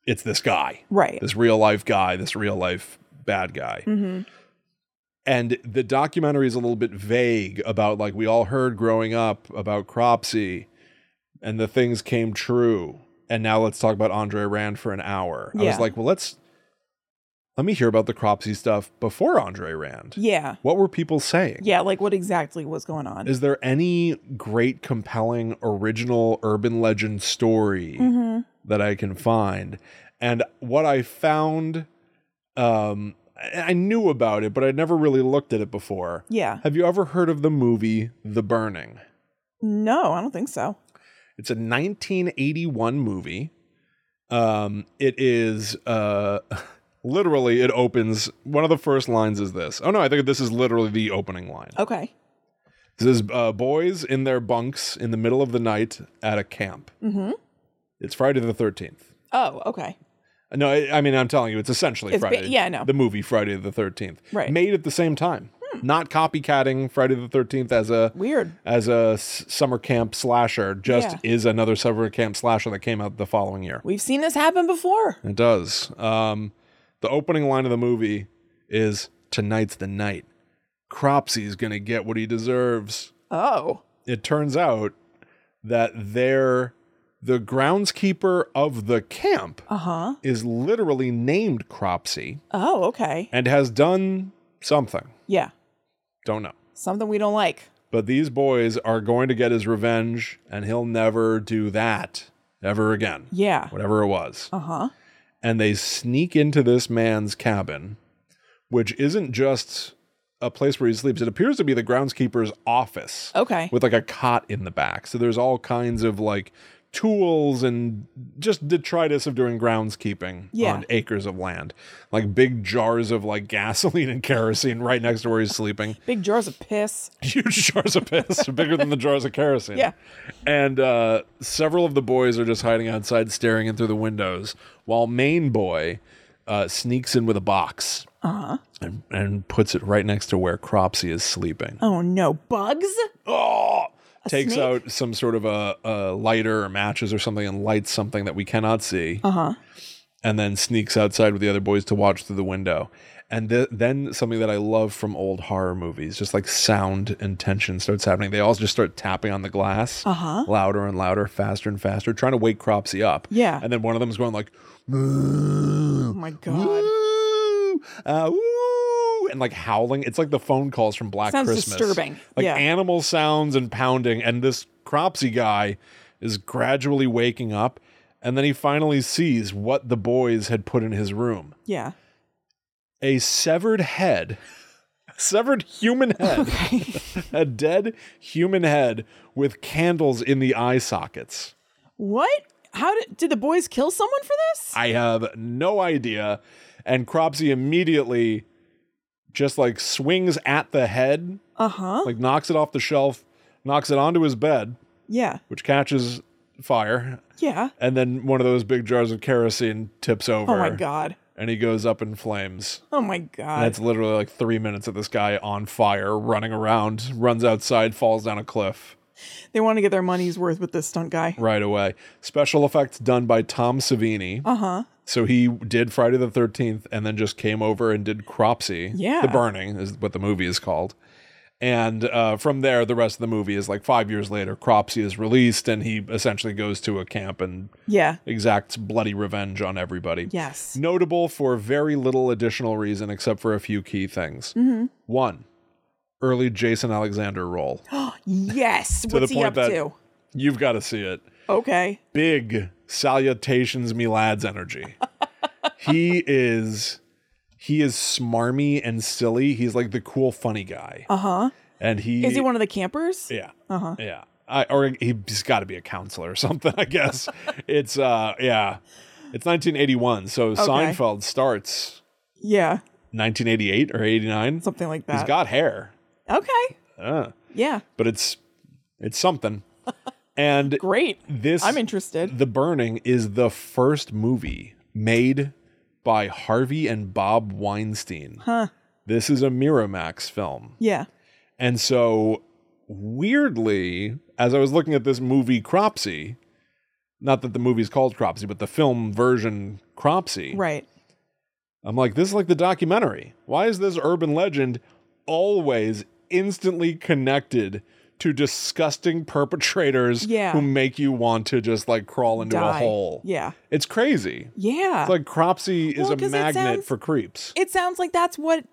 [SPEAKER 2] it's this guy,
[SPEAKER 1] Right.
[SPEAKER 2] this real life guy, this real life bad guy. And the documentary is a little bit vague about like we all heard growing up about Cropsy and the things came true. And now let's talk about Andre Rand for an hour. I
[SPEAKER 1] Yeah.
[SPEAKER 2] was like, well, let's Let me hear about the Cropsy stuff before Andre Rand.
[SPEAKER 1] Yeah.
[SPEAKER 2] What were people saying?
[SPEAKER 1] Yeah, like what exactly was going on?
[SPEAKER 2] Is there any great, compelling, original urban legend story
[SPEAKER 1] Mm-hmm.
[SPEAKER 2] that I can find? And what I found, um, I I knew about it, but I'd never really looked at it before.
[SPEAKER 1] yeah.
[SPEAKER 2] Have you ever heard of the movie The Burning?
[SPEAKER 1] No, I don't think so.
[SPEAKER 2] It's a 1981 movie. Um, it is uh, literally, it opens. One of the first lines is this. Oh, no, I think this is literally the opening line.
[SPEAKER 1] Okay.
[SPEAKER 2] This is uh, boys in their bunks in the middle of the night at a camp. Mm-hmm. It's Friday the 13th.
[SPEAKER 1] Oh, okay.
[SPEAKER 2] No, I, I mean, I'm telling you, it's essentially
[SPEAKER 1] It's ba-
[SPEAKER 2] Friday.
[SPEAKER 1] yeah, I know.
[SPEAKER 2] The movie Friday the 13th.
[SPEAKER 1] Right. Hmm.
[SPEAKER 2] Made at the same time. Not copycatting Friday the 13th as a
[SPEAKER 1] Weird.
[SPEAKER 2] as a s- summer camp slasher, just is another summer camp slasher that came out the following year.
[SPEAKER 1] We've seen this happen before.
[SPEAKER 2] It does. Um, the opening line of the movie is Tonight's the night. Cropsy's going to get what he deserves
[SPEAKER 1] Oh.
[SPEAKER 2] it turns out that they're the groundskeeper of the camp
[SPEAKER 1] Uh-huh.
[SPEAKER 2] is literally named Cropsy
[SPEAKER 1] Oh, okay.
[SPEAKER 2] and has done something.
[SPEAKER 1] Yeah.
[SPEAKER 2] Don't know.
[SPEAKER 1] Something we don't like.
[SPEAKER 2] But these boys are going to get his revenge, and he'll never do that ever again.
[SPEAKER 1] Yeah.
[SPEAKER 2] Whatever it was.
[SPEAKER 1] Uh-huh.
[SPEAKER 2] and they sneak into this man's cabin, which isn't just a place where he sleeps. It appears to be the groundskeeper's office.
[SPEAKER 1] Okay.
[SPEAKER 2] With like a cot in the back. So there's all kinds of like tools and just detritus of doing groundskeeping
[SPEAKER 1] Yeah.
[SPEAKER 2] on acres of land. Like big jars of like gasoline and kerosene right next to where he's sleeping
[SPEAKER 1] Big jars of piss.
[SPEAKER 2] huge jars of piss, bigger than the jars of kerosene.
[SPEAKER 1] Yeah.
[SPEAKER 2] And uh, several of the boys are just hiding outside, staring in through the windows, while main boy uh, sneaks in with a box
[SPEAKER 1] Uh-huh.
[SPEAKER 2] and, and puts it right next to where Cropsy is sleeping.
[SPEAKER 1] Oh no, bugs?
[SPEAKER 2] Oh! Takes
[SPEAKER 1] snake?
[SPEAKER 2] out some sort of a, a lighter or matches or something and lights something that we cannot see. Uh huh. And then sneaks outside with the other boys to watch through the window. And th- then something that I love from old horror movies, just like sound and tension starts happening. They all just start tapping on the glass
[SPEAKER 1] Uh-huh.
[SPEAKER 2] louder and louder, faster and faster, trying to wake Cropsy up.
[SPEAKER 1] Yeah.
[SPEAKER 2] And then one of them's going like,
[SPEAKER 1] Oh my god.
[SPEAKER 2] Ooh, uh, ooh, and like howling. It's like the phone calls from Black
[SPEAKER 1] Sounds
[SPEAKER 2] Christmas.
[SPEAKER 1] disturbing.
[SPEAKER 2] Like
[SPEAKER 1] Yeah.
[SPEAKER 2] animal sounds and pounding. And this Cropsy guy is gradually waking up. And then he finally sees what the boys had put in his room
[SPEAKER 1] Yeah.
[SPEAKER 2] a severed head, severed human head,
[SPEAKER 1] Okay.
[SPEAKER 2] a dead human head with candles in the eye sockets.
[SPEAKER 1] what? How did did the boys kill someone for this?
[SPEAKER 2] I have no idea. And Cropsy immediately just like swings at the head,
[SPEAKER 1] Uh-huh.
[SPEAKER 2] like knocks it off the shelf, knocks it onto his bed,
[SPEAKER 1] Yeah.
[SPEAKER 2] which catches fire.
[SPEAKER 1] Yeah.
[SPEAKER 2] And then one of those big jars of kerosene tips over.
[SPEAKER 1] Oh my god.
[SPEAKER 2] And he goes up in flames.
[SPEAKER 1] Oh my god.
[SPEAKER 2] And it's literally like three minutes of this guy on fire, running around, runs outside, falls down a cliff
[SPEAKER 1] They want to get their money's worth with this stunt guy.
[SPEAKER 2] right away. Special effects done by Tom Savini.
[SPEAKER 1] Uh huh.
[SPEAKER 2] So he did Friday the 13th and then just came over and did Cropsy.
[SPEAKER 1] Yeah.
[SPEAKER 2] The Burning is what the movie is called. And uh, from there, the rest of the movie is like five years later, Cropsy is released and he essentially goes to a camp and
[SPEAKER 1] Yeah.
[SPEAKER 2] exacts bloody revenge on everybody.
[SPEAKER 1] Yes.
[SPEAKER 2] Notable for very little additional reason except for a few key things.
[SPEAKER 1] Mm-hmm.
[SPEAKER 2] One, early Jason Alexander role.
[SPEAKER 1] Yes. What's he
[SPEAKER 2] the point
[SPEAKER 1] up
[SPEAKER 2] that-
[SPEAKER 1] to?
[SPEAKER 2] You've got to see it.
[SPEAKER 1] Okay.
[SPEAKER 2] big salutations me lads energy he is he is smarmy and silly he's like the cool funny guy
[SPEAKER 1] Uh huh.
[SPEAKER 2] and he
[SPEAKER 1] Is he one of the campers?
[SPEAKER 2] yeah uh-huh yeah I, or he's got to be a counselor or something i guess it's uh yeah it's 1981 so seinfeld starts
[SPEAKER 1] Yeah.
[SPEAKER 2] 1988 or 89
[SPEAKER 1] Something like that.
[SPEAKER 2] he's got hair
[SPEAKER 1] okay.
[SPEAKER 2] uh,
[SPEAKER 1] Yeah.
[SPEAKER 2] but it's it's something and
[SPEAKER 1] Great.
[SPEAKER 2] this
[SPEAKER 1] I'm interested.
[SPEAKER 2] The Burning is the first movie made by Harvey and Bob Weinstein.
[SPEAKER 1] Huh.
[SPEAKER 2] This is a Miramax film.
[SPEAKER 1] Yeah.
[SPEAKER 2] And so, weirdly, as I was looking at this movie, Cropsy, not that the movie's called Cropsy, but the film version Cropsy,
[SPEAKER 1] Right.
[SPEAKER 2] I'm like, this is like the documentary. Why is this urban legend always instantly connected to disgusting perpetrators
[SPEAKER 1] Yeah.
[SPEAKER 2] who make you want to just like crawl into a
[SPEAKER 1] Die.
[SPEAKER 2] hole.
[SPEAKER 1] Yeah.
[SPEAKER 2] It's crazy.
[SPEAKER 1] Yeah.
[SPEAKER 2] It's like Cropsy is
[SPEAKER 1] Well,
[SPEAKER 2] a
[SPEAKER 1] 'cause it
[SPEAKER 2] magnet
[SPEAKER 1] sounds-
[SPEAKER 2] for creeps.
[SPEAKER 1] it sounds like that's what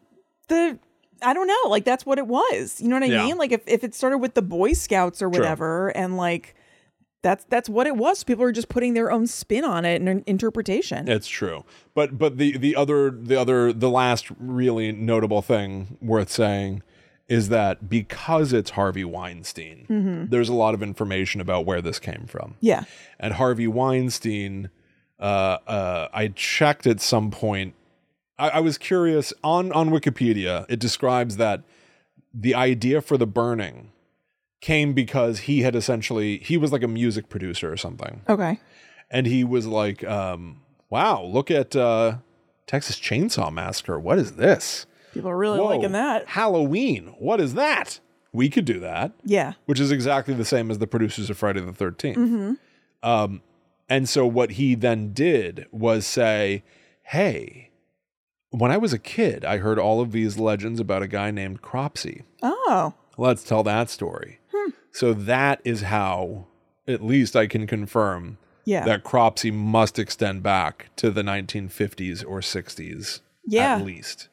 [SPEAKER 1] the I don't know, like that's what it was. You know what I
[SPEAKER 2] Yeah.
[SPEAKER 1] mean? Like if, if it started with the Boy Scouts or whatever, and like that's that's what it was. People are just putting their own spin on it and an interpretation.
[SPEAKER 2] It's true. But but the the other the other the last really notable thing worth saying is that because it's Harvey Weinstein,
[SPEAKER 1] Mm-hmm.
[SPEAKER 2] there's a lot of information about where this came from.
[SPEAKER 1] Yeah.
[SPEAKER 2] And Harvey Weinstein, uh, uh, I checked at some point. I, I was curious on on Wikipedia. It describes that the idea for the burning came because he had essentially he was like a music producer or something
[SPEAKER 1] Okay.
[SPEAKER 2] and he was like, um, "Wow, look at uh, Texas Chainsaw Massacre. What is this?
[SPEAKER 1] People are really
[SPEAKER 2] Whoa,
[SPEAKER 1] liking that.
[SPEAKER 2] Halloween. What is that? We could do that,
[SPEAKER 1] Yeah.
[SPEAKER 2] which is exactly the same as the producers of Friday the 13th Um, and so what he then did was say, "Hey." When I was a kid, I heard all of these legends about a guy named Cropsy.
[SPEAKER 1] Oh.
[SPEAKER 2] Let's tell that story. So that is how, at least I can confirm,
[SPEAKER 1] Yeah.
[SPEAKER 2] that cropsy must extend back to the 1950s or 60s
[SPEAKER 1] Yeah.
[SPEAKER 2] at least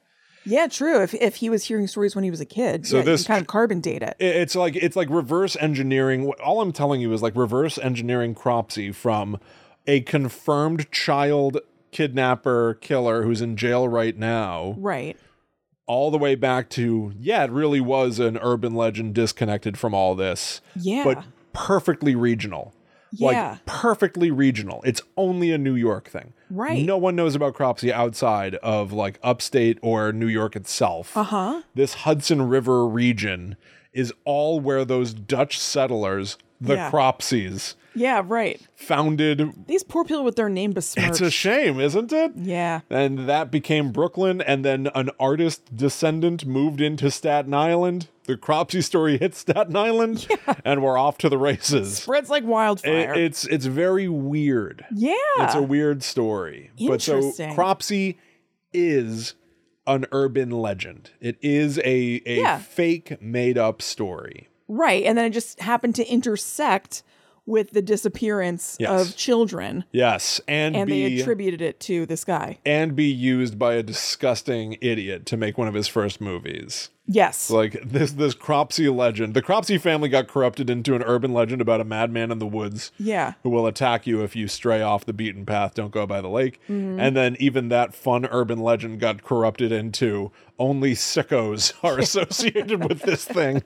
[SPEAKER 1] yeah, true. If if he was hearing stories when he was a kid,
[SPEAKER 2] So
[SPEAKER 1] yeah, you
[SPEAKER 2] this-
[SPEAKER 1] can kind of carbon date it.
[SPEAKER 2] I- it's like it's like reverse engineering all i'm telling you is like reverse engineering cropsy from a confirmed child kidnapper killer who's in jail right now
[SPEAKER 1] Right.
[SPEAKER 2] all the way back to yeah it really was an urban legend disconnected from all this
[SPEAKER 1] Yeah.
[SPEAKER 2] but perfectly regional
[SPEAKER 1] Yeah.
[SPEAKER 2] like perfectly regional. It's only a New York thing.
[SPEAKER 1] Right.
[SPEAKER 2] No one knows about Cropsy outside of like upstate or New York itself.
[SPEAKER 1] Uh-huh.
[SPEAKER 2] This Hudson River region is all where those Dutch settlers, the
[SPEAKER 1] Yeah.
[SPEAKER 2] Cropsies,
[SPEAKER 1] Yeah, right.
[SPEAKER 2] founded.
[SPEAKER 1] These poor people with their name besmirched.
[SPEAKER 2] It's a shame, isn't it?
[SPEAKER 1] yeah.
[SPEAKER 2] And that became Brooklyn, and then an artist descendant moved into Staten Island. The Cropsy story hit Staten Island, and we're off to the races.
[SPEAKER 1] Spreads like wildfire.
[SPEAKER 2] It- it's it's very weird.
[SPEAKER 1] yeah.
[SPEAKER 2] It's a weird story. But so
[SPEAKER 1] Interesting.
[SPEAKER 2] Cropsy is an urban legend. It is a a
[SPEAKER 1] Yeah.
[SPEAKER 2] fake made up story.
[SPEAKER 1] Right. And then it just happened to intersect with the disappearance
[SPEAKER 2] Yes.
[SPEAKER 1] of children.
[SPEAKER 2] Yes, and,
[SPEAKER 1] And they
[SPEAKER 2] be
[SPEAKER 1] attributed it to this guy.
[SPEAKER 2] and be used by a disgusting idiot to make one of his first movies.
[SPEAKER 1] Yes.
[SPEAKER 2] Like this this Cropsy legend. The Cropsy family got corrupted into an urban legend about a madman in the woods.
[SPEAKER 1] yeah.
[SPEAKER 2] who will attack you if you stray off the beaten path, don't go by the lake. And then even that fun urban legend got corrupted into only sickos are associated with this thing.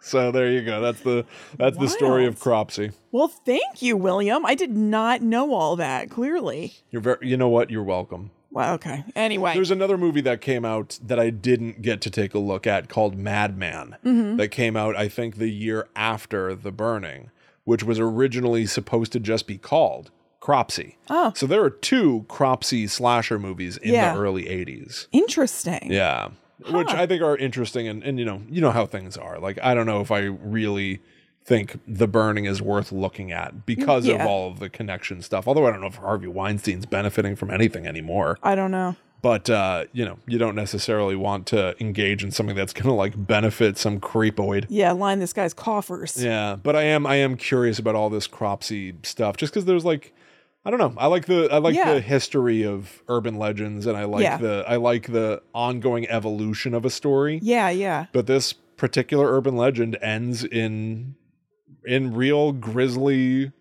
[SPEAKER 2] So there you go. That's the that's the story of Cropsy.
[SPEAKER 1] Well, thank you, William. I did not know all that, clearly.
[SPEAKER 2] You're very you know what? You're welcome.
[SPEAKER 1] Well, okay. Anyway.
[SPEAKER 2] There's another movie that came out that I didn't get to take a look at called Madman
[SPEAKER 1] Mm-hmm.
[SPEAKER 2] that came out I think the year after The Burning, which was originally supposed to just be called Cropsy.
[SPEAKER 1] Oh.
[SPEAKER 2] So there are two Cropsy slasher movies in
[SPEAKER 1] Yeah.
[SPEAKER 2] the early 80s.
[SPEAKER 1] Interesting.
[SPEAKER 2] Yeah. Which I think are interesting and, and you know, you know how things are. Like I don't know if I really think The Burning is worth looking at because
[SPEAKER 1] Yeah.
[SPEAKER 2] of all of the connection stuff. Although I don't know if Harvey Weinstein's benefiting from anything anymore
[SPEAKER 1] I don't know.
[SPEAKER 2] but uh, you know you don't necessarily want to engage in something that's going to like benefit some creepoid
[SPEAKER 1] Yeah, line this guy's coffers.
[SPEAKER 2] yeah but i am i am curious about all this cropsy stuff just because there's like i don't know i like the i like
[SPEAKER 1] Yeah.
[SPEAKER 2] the history of urban legends and i like
[SPEAKER 1] Yeah.
[SPEAKER 2] the i like the ongoing evolution of a story
[SPEAKER 1] Yeah, yeah.
[SPEAKER 2] but this particular urban legend ends in in real grisly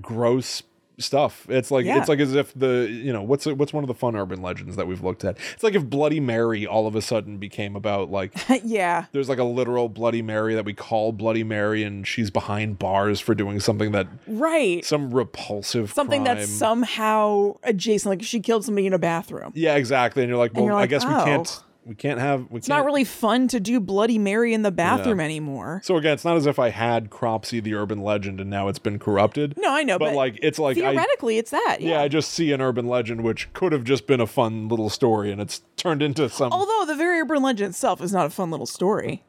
[SPEAKER 2] gross stuff it's like
[SPEAKER 1] Mm-hmm. Yeah.
[SPEAKER 2] it's like as if the you know what's what's one of the fun urban legends that we've looked at it's like if bloody mary all of a sudden became about like
[SPEAKER 1] yeah.
[SPEAKER 2] there's like a literal bloody mary that we call bloody mary and she's behind bars for doing something that
[SPEAKER 1] Right.
[SPEAKER 2] some repulsive
[SPEAKER 1] Something
[SPEAKER 2] crime.
[SPEAKER 1] that's somehow adjacent. Like she killed somebody in a bathroom.
[SPEAKER 2] yeah exactly and you're like well
[SPEAKER 1] you're
[SPEAKER 2] i
[SPEAKER 1] like,
[SPEAKER 2] guess we
[SPEAKER 1] oh.
[SPEAKER 2] can't we can't have we
[SPEAKER 1] It's not really fun to do Bloody Mary in the bathroom anymore.
[SPEAKER 2] So again, it's not as if I had Cropsy the urban legend and now it's been corrupted.
[SPEAKER 1] No, I know,
[SPEAKER 2] but,
[SPEAKER 1] but
[SPEAKER 2] like it's like I,
[SPEAKER 1] Theoretically, it's that.
[SPEAKER 2] yeah, I just see an urban legend which could have just been a fun little story and it's turned into some
[SPEAKER 1] Although the very urban legend itself is not a fun little story.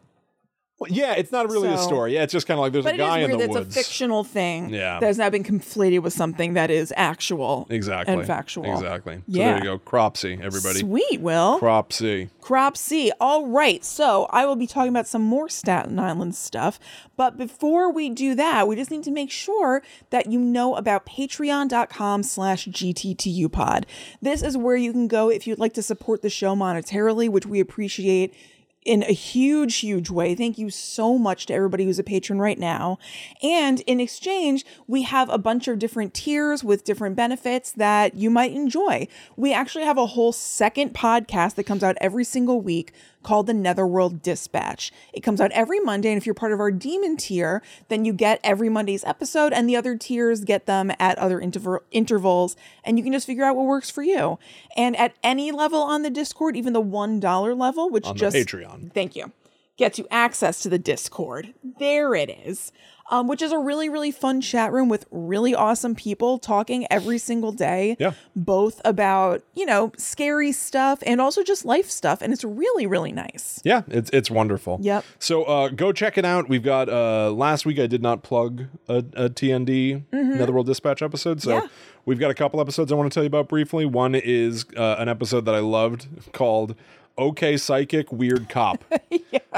[SPEAKER 2] Well, yeah, it's not really a
[SPEAKER 1] So-
[SPEAKER 2] story. Yeah, it's just kind of like there's
[SPEAKER 1] But
[SPEAKER 2] a
[SPEAKER 1] it is
[SPEAKER 2] guy in
[SPEAKER 1] weird
[SPEAKER 2] the
[SPEAKER 1] that
[SPEAKER 2] woods.
[SPEAKER 1] it's a fictional thing
[SPEAKER 2] Yeah.
[SPEAKER 1] that has now been conflated with something that is actual
[SPEAKER 2] exactly.
[SPEAKER 1] and factual.
[SPEAKER 2] Exactly. So
[SPEAKER 1] Yeah.
[SPEAKER 2] there you go. Cropsy, everybody.
[SPEAKER 1] Sweet, Will.
[SPEAKER 2] Cropsy.
[SPEAKER 1] Crop C. All right. So I will be talking about some more Staten Island stuff. But before we do that, we just need to make sure that you know about patreon.com slash gttupod. This is where you can go if you'd like to support the show monetarily, which we appreciate in a huge, huge way. Thank you so much to everybody who's a patron right now. And in exchange, we have a bunch of different tiers with different benefits that you might enjoy. We actually have a whole second podcast that comes out every single week called the Netherworld Dispatch. It comes out every Monday. And if you're part of our demon tier, then you get every Monday's episode, and the other tiers get them at other interver- intervals. And you can just figure out what works for you. And at any level on the Discord, even the $1 level, which
[SPEAKER 2] On
[SPEAKER 1] just
[SPEAKER 2] the Patreon.
[SPEAKER 1] Thank you. Gets you access to the Discord. There it is. Um, which is a really, really fun chat room with really awesome people talking every single day.
[SPEAKER 2] Yeah.
[SPEAKER 1] Both about, you know, scary stuff and also just life stuff. And it's really, really nice.
[SPEAKER 2] Yeah, it's it's wonderful.
[SPEAKER 1] Yep.
[SPEAKER 2] So uh, go check it out. We've got uh, last week I did not plug a, a TND Netherworld Dispatch episode, so
[SPEAKER 1] Mm-hmm. Yeah.
[SPEAKER 2] we've got a couple episodes I want to tell you about briefly. One is uh, an episode that I loved called "Okay Psychic Weird Cop."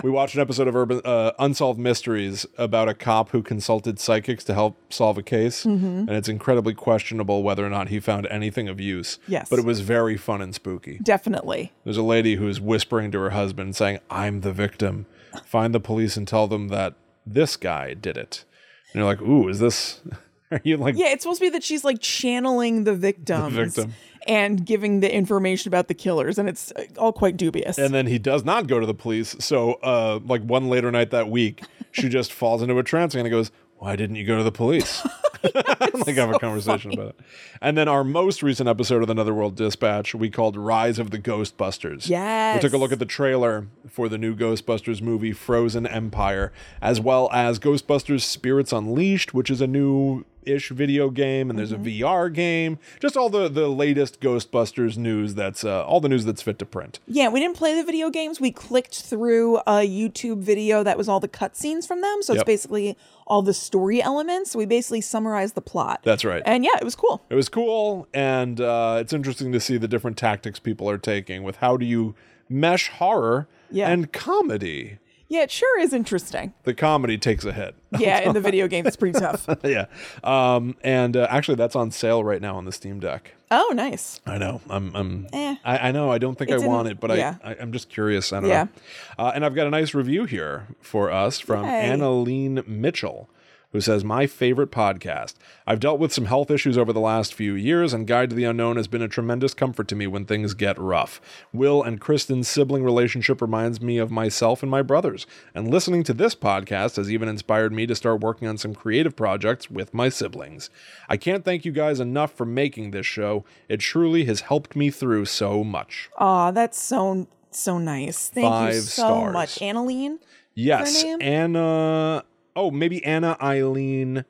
[SPEAKER 2] We watched an episode of Urban uh, Unsolved Mysteries about a cop who consulted psychics to help solve a case,
[SPEAKER 1] Mm-hmm.
[SPEAKER 2] and it's incredibly questionable whether or not he found anything of use.
[SPEAKER 1] Yes.
[SPEAKER 2] but it was very fun and spooky.
[SPEAKER 1] Definitely.
[SPEAKER 2] There's a lady who's whispering to her husband, saying, I'm the victim. Find the police and tell them that this guy did it. And you're like, Ooh, is this. Are you like.
[SPEAKER 1] Yeah, it's supposed to be that she's like channeling the victims
[SPEAKER 2] victim.
[SPEAKER 1] and giving the information about the killers, and it's uh, all quite dubious.
[SPEAKER 2] And then he does not go to the police. So, uh, like one later night that week, she just falls into a trance and goes, Why didn't you go to the police? like have a conversation about it. And then our most recent episode of the Netherworld Dispatch, we called Rise of the Ghostbusters.
[SPEAKER 1] Yes.
[SPEAKER 2] We took a look at the trailer for the new Ghostbusters movie Frozen Empire, as well as Ghostbusters Spirits Unleashed, which is a new ish video game and there's a VR game just all the the latest Ghostbusters news that's uh, all the news that's fit to print
[SPEAKER 1] Yeah, we didn't play the video games. We clicked through a YouTube video that was all the cutscenes from them. So
[SPEAKER 2] Yep.
[SPEAKER 1] it's basically all the story elements. We basically summarized the plot.
[SPEAKER 2] That's right.
[SPEAKER 1] And yeah, it was cool.
[SPEAKER 2] It was cool, and uh, it's interesting to see the different tactics people are taking with how do you mesh horror
[SPEAKER 1] Yeah.
[SPEAKER 2] and comedy.
[SPEAKER 1] Yeah, it sure is interesting.
[SPEAKER 2] The comedy takes a hit.
[SPEAKER 1] Yeah, in the video games, it's pretty tough.
[SPEAKER 2] yeah. Um, and uh, actually, that's on sale right now on the Steam Deck.
[SPEAKER 1] Oh, nice.
[SPEAKER 2] I know. I'm. I'm
[SPEAKER 1] Eh.
[SPEAKER 2] I, I know. I don't think
[SPEAKER 1] It's
[SPEAKER 2] I want
[SPEAKER 1] in-
[SPEAKER 2] it, but
[SPEAKER 1] yeah.
[SPEAKER 2] I, I. I'm just curious. I don't
[SPEAKER 1] Yeah.
[SPEAKER 2] know. Uh, and I've got a nice review here for us from
[SPEAKER 1] Yay.
[SPEAKER 2] Annalene Mitchell, who says, "My favorite podcast. I've dealt with some health issues over the last few years, and Guide to the Unknown has been a tremendous comfort to me when things get rough. Will and Kristen's sibling relationship reminds me of myself and my brothers, and listening to this podcast has even inspired me to start working on some creative projects with my siblings. I can't thank you guys enough for making this show. It truly has helped me through so much.
[SPEAKER 1] Aw, that's so so nice. Thank you
[SPEAKER 2] Five
[SPEAKER 1] so
[SPEAKER 2] stars.
[SPEAKER 1] much, Annalene.
[SPEAKER 2] Yes,
[SPEAKER 1] name?
[SPEAKER 2] Anna. Oh, maybe Anna Eileen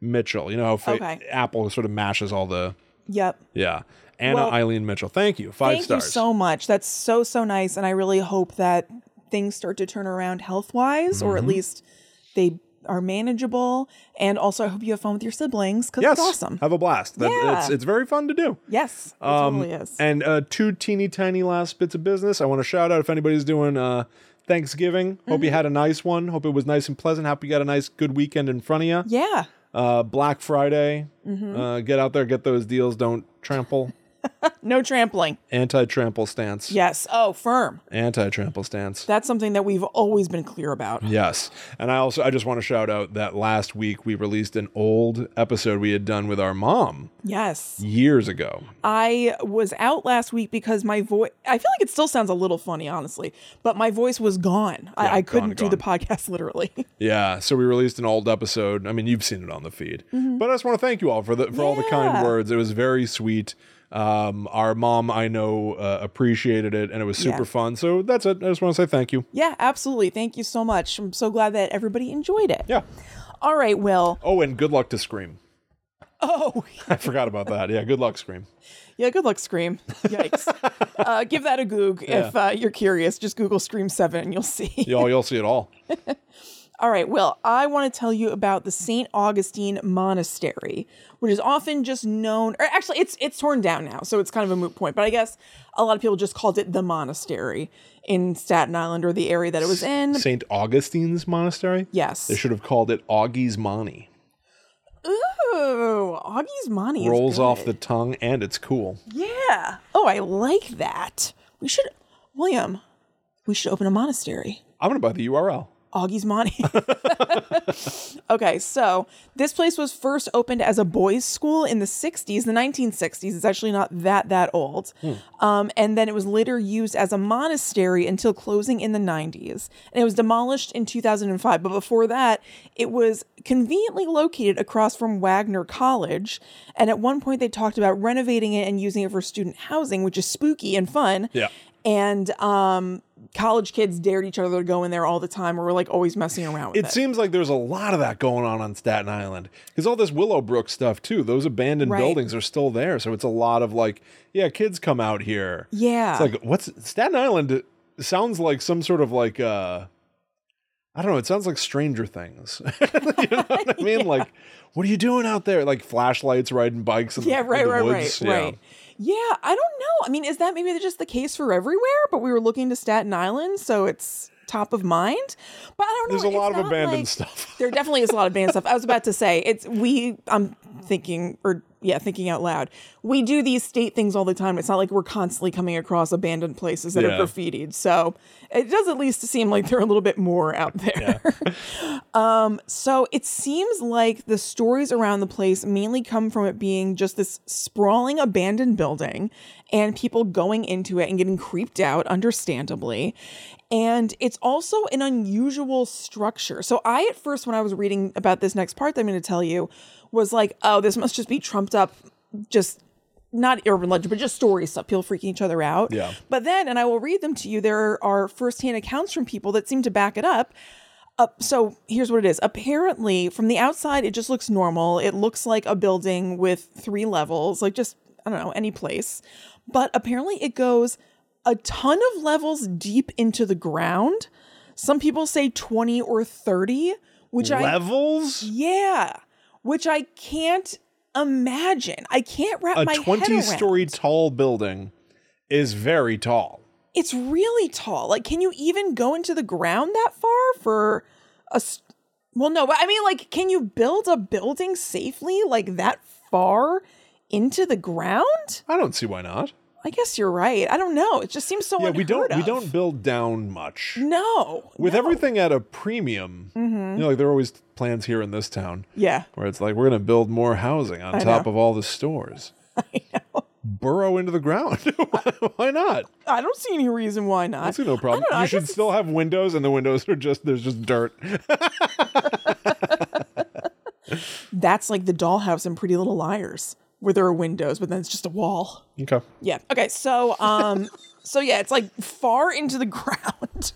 [SPEAKER 2] Mitchell. You know how fa-
[SPEAKER 1] Okay.
[SPEAKER 2] Apple sort of mashes all the
[SPEAKER 1] Yep.
[SPEAKER 2] yeah. Anna
[SPEAKER 1] Well,
[SPEAKER 2] Eileen Mitchell. Thank you. Five
[SPEAKER 1] Thank
[SPEAKER 2] stars.
[SPEAKER 1] you so much. That's so so nice, and I really hope that things start to turn around health wise, or
[SPEAKER 2] Mm-hmm.
[SPEAKER 1] at least they are manageable. And also, I hope you have fun with your siblings because
[SPEAKER 2] yes,
[SPEAKER 1] it's awesome.
[SPEAKER 2] Have a blast. That,
[SPEAKER 1] Yeah.
[SPEAKER 2] It's it's very fun to do.
[SPEAKER 1] Yes, it totally is.
[SPEAKER 2] And uh, two teeny tiny last bits of business. I want to shout out if anybody's doing uh, Thanksgiving. Hope you
[SPEAKER 1] Mm-hmm.
[SPEAKER 2] had a nice one. Hope it was nice and pleasant. Hope you got a nice good weekend in front of you.
[SPEAKER 1] yeah,
[SPEAKER 2] Uh, Black Friday.
[SPEAKER 1] Mm-hmm.
[SPEAKER 2] Uh, get out there, get those deals. Don't trample.
[SPEAKER 1] no trampling.
[SPEAKER 2] Anti-trample stance.
[SPEAKER 1] Yes. Oh, firm.
[SPEAKER 2] Anti-trample stance.
[SPEAKER 1] That's something that we've always been clear about.
[SPEAKER 2] Yes. And I also I just want to shout out that last week we released an old episode we had done with our mom
[SPEAKER 1] Yes.
[SPEAKER 2] years ago.
[SPEAKER 1] I was out last week because my voice, I feel like it still sounds a little funny, honestly, but my voice was gone.
[SPEAKER 2] Yeah,
[SPEAKER 1] I, I
[SPEAKER 2] gone,
[SPEAKER 1] couldn't do the
[SPEAKER 2] gone.
[SPEAKER 1] podcast literally.
[SPEAKER 2] Yeah, so we released an old episode. I mean, you've seen it on the feed. But I just want to thank you all for the for all the kind
[SPEAKER 1] Mm-hmm. Yeah.
[SPEAKER 2] words. It was very sweet. Um, our mom, I know, uh, appreciated it, and it was super
[SPEAKER 1] Yeah.
[SPEAKER 2] fun. So that's it. I just want to say thank you.
[SPEAKER 1] yeah, absolutely. Thank you so much. I'm so glad that everybody enjoyed it.
[SPEAKER 2] Yeah.
[SPEAKER 1] All right, Will.
[SPEAKER 2] Oh, and good luck to Scream.
[SPEAKER 1] Oh,
[SPEAKER 2] I forgot about that. Yeah, good luck, Scream.
[SPEAKER 1] yeah. Good luck, Scream. Yikes. uh, give that a Goog if uh, you're curious. Just Google Scream Seven, and you'll see.
[SPEAKER 2] Y'all, you'll see it all.
[SPEAKER 1] All right, Will, I want to tell you about the St. Augustine Monastery, which is often just known, or actually, it's it's torn down now, so it's kind of a moot point. But I guess a lot of people just called it the monastery in Staten Island or the area that it was in.
[SPEAKER 2] St. Augustine's Monastery?
[SPEAKER 1] Yes.
[SPEAKER 2] They should have called it Augie's Monty.
[SPEAKER 1] Ooh, Augie's money is
[SPEAKER 2] Rolls
[SPEAKER 1] good.
[SPEAKER 2] off the tongue and it's cool.
[SPEAKER 1] Yeah. Oh, I like that. We should, William, we should open a monastery.
[SPEAKER 2] I'm going to buy the URL.
[SPEAKER 1] Augie's Monty. okay, so this place was first opened as a boys' school in the 60s, the 1960s. It's actually not that that old. Um, and then it was later used as a monastery until closing in the 90s. And it was demolished in 2005. But before that, it was conveniently located across from Wagner College. And at one point, they talked about renovating it and using it for student housing, which is spooky and fun
[SPEAKER 2] Yeah.
[SPEAKER 1] and um, college kids dared each other to go in there all the time or were like always messing around with
[SPEAKER 2] It
[SPEAKER 1] it.
[SPEAKER 2] seems like there's a lot of that going on on Staten Island because all this Willowbrook stuff too. Those abandoned
[SPEAKER 1] Right.
[SPEAKER 2] buildings are still there, so it's a lot of like, yeah, kids come out here.
[SPEAKER 1] Yeah.
[SPEAKER 2] It's like what's Staten Island sounds like some sort of like uh I don't know, it sounds like Stranger Things. you know what I mean? Like, what are you doing out there? Like flashlights, riding bikes in the-
[SPEAKER 1] yeah,
[SPEAKER 2] in
[SPEAKER 1] right,
[SPEAKER 2] the
[SPEAKER 1] right,
[SPEAKER 2] woods.
[SPEAKER 1] right,
[SPEAKER 2] Yeah.
[SPEAKER 1] right. Yeah, I don't know. I mean, is that maybe just the case for everywhere? But we were looking to Staten Island, so it's top of mind. But I don't know.
[SPEAKER 2] There's a
[SPEAKER 1] it's
[SPEAKER 2] lot of
[SPEAKER 1] not
[SPEAKER 2] abandoned
[SPEAKER 1] like-
[SPEAKER 2] stuff.
[SPEAKER 1] There definitely is a lot of band stuff. I was about to say it's we. I'm thinking or yeah, thinking out loud. We do these state things all the time. It's not like we're constantly coming across abandoned places that
[SPEAKER 2] Yeah.
[SPEAKER 1] are graffitied. So it does at least seem like they're a little bit more out there. um, so it seems like the stories around the place mainly come from it being just this sprawling abandoned building and people going into it and getting creeped out, understandably. And it's also an unusual structure. So I at first when I was reading about this next part that I'm going to tell you was like, oh, this must just be trumped up just not urban legend, but just story stuff, people freaking each other out.
[SPEAKER 2] Yeah.
[SPEAKER 1] But then, and I will read them to you, there are firsthand accounts from people that seem to back it up. Uh, so here's what it is. Apparently, from the outside, it just looks normal. It looks like a building with three levels, like just, I don't know, any place. But apparently, it goes a ton of levels deep into the ground. Some people say 20 or 30, which I
[SPEAKER 2] Levels?
[SPEAKER 1] yeah, which I can't imagine. I can't wrap
[SPEAKER 2] a
[SPEAKER 1] my head
[SPEAKER 2] 20
[SPEAKER 1] around.
[SPEAKER 2] story tall building is very tall.
[SPEAKER 1] It's really tall. Like, can you even go into the ground that far for a? s- Well, no, but I mean, like, can you build a building safely like that far into the ground?
[SPEAKER 2] I don't see why not.
[SPEAKER 1] I guess you're right. I don't know. It just seems so.
[SPEAKER 2] Yeah, we don't
[SPEAKER 1] unheard
[SPEAKER 2] we
[SPEAKER 1] Oh, of.
[SPEAKER 2] don't build down much.
[SPEAKER 1] No. Mm-hmm.
[SPEAKER 2] With
[SPEAKER 1] no.
[SPEAKER 2] everything at a premium, you know, like there are always plans here in this town
[SPEAKER 1] Yeah.
[SPEAKER 2] where it's like we're going to build more housing on top
[SPEAKER 1] know.
[SPEAKER 2] of all the stores. Burrow into the ground. why not?
[SPEAKER 1] I don't see any reason why not.
[SPEAKER 2] I see no
[SPEAKER 1] I
[SPEAKER 2] problem.
[SPEAKER 1] don't know,
[SPEAKER 2] you
[SPEAKER 1] I
[SPEAKER 2] should
[SPEAKER 1] guess
[SPEAKER 2] still have windows, and the windows are just there's just dirt.
[SPEAKER 1] That's like the dollhouse in Pretty Little Liars, where there are windows, but then it's just a wall.
[SPEAKER 2] Okay.
[SPEAKER 1] Yeah. Okay. So, um, so yeah, it's like far into the ground,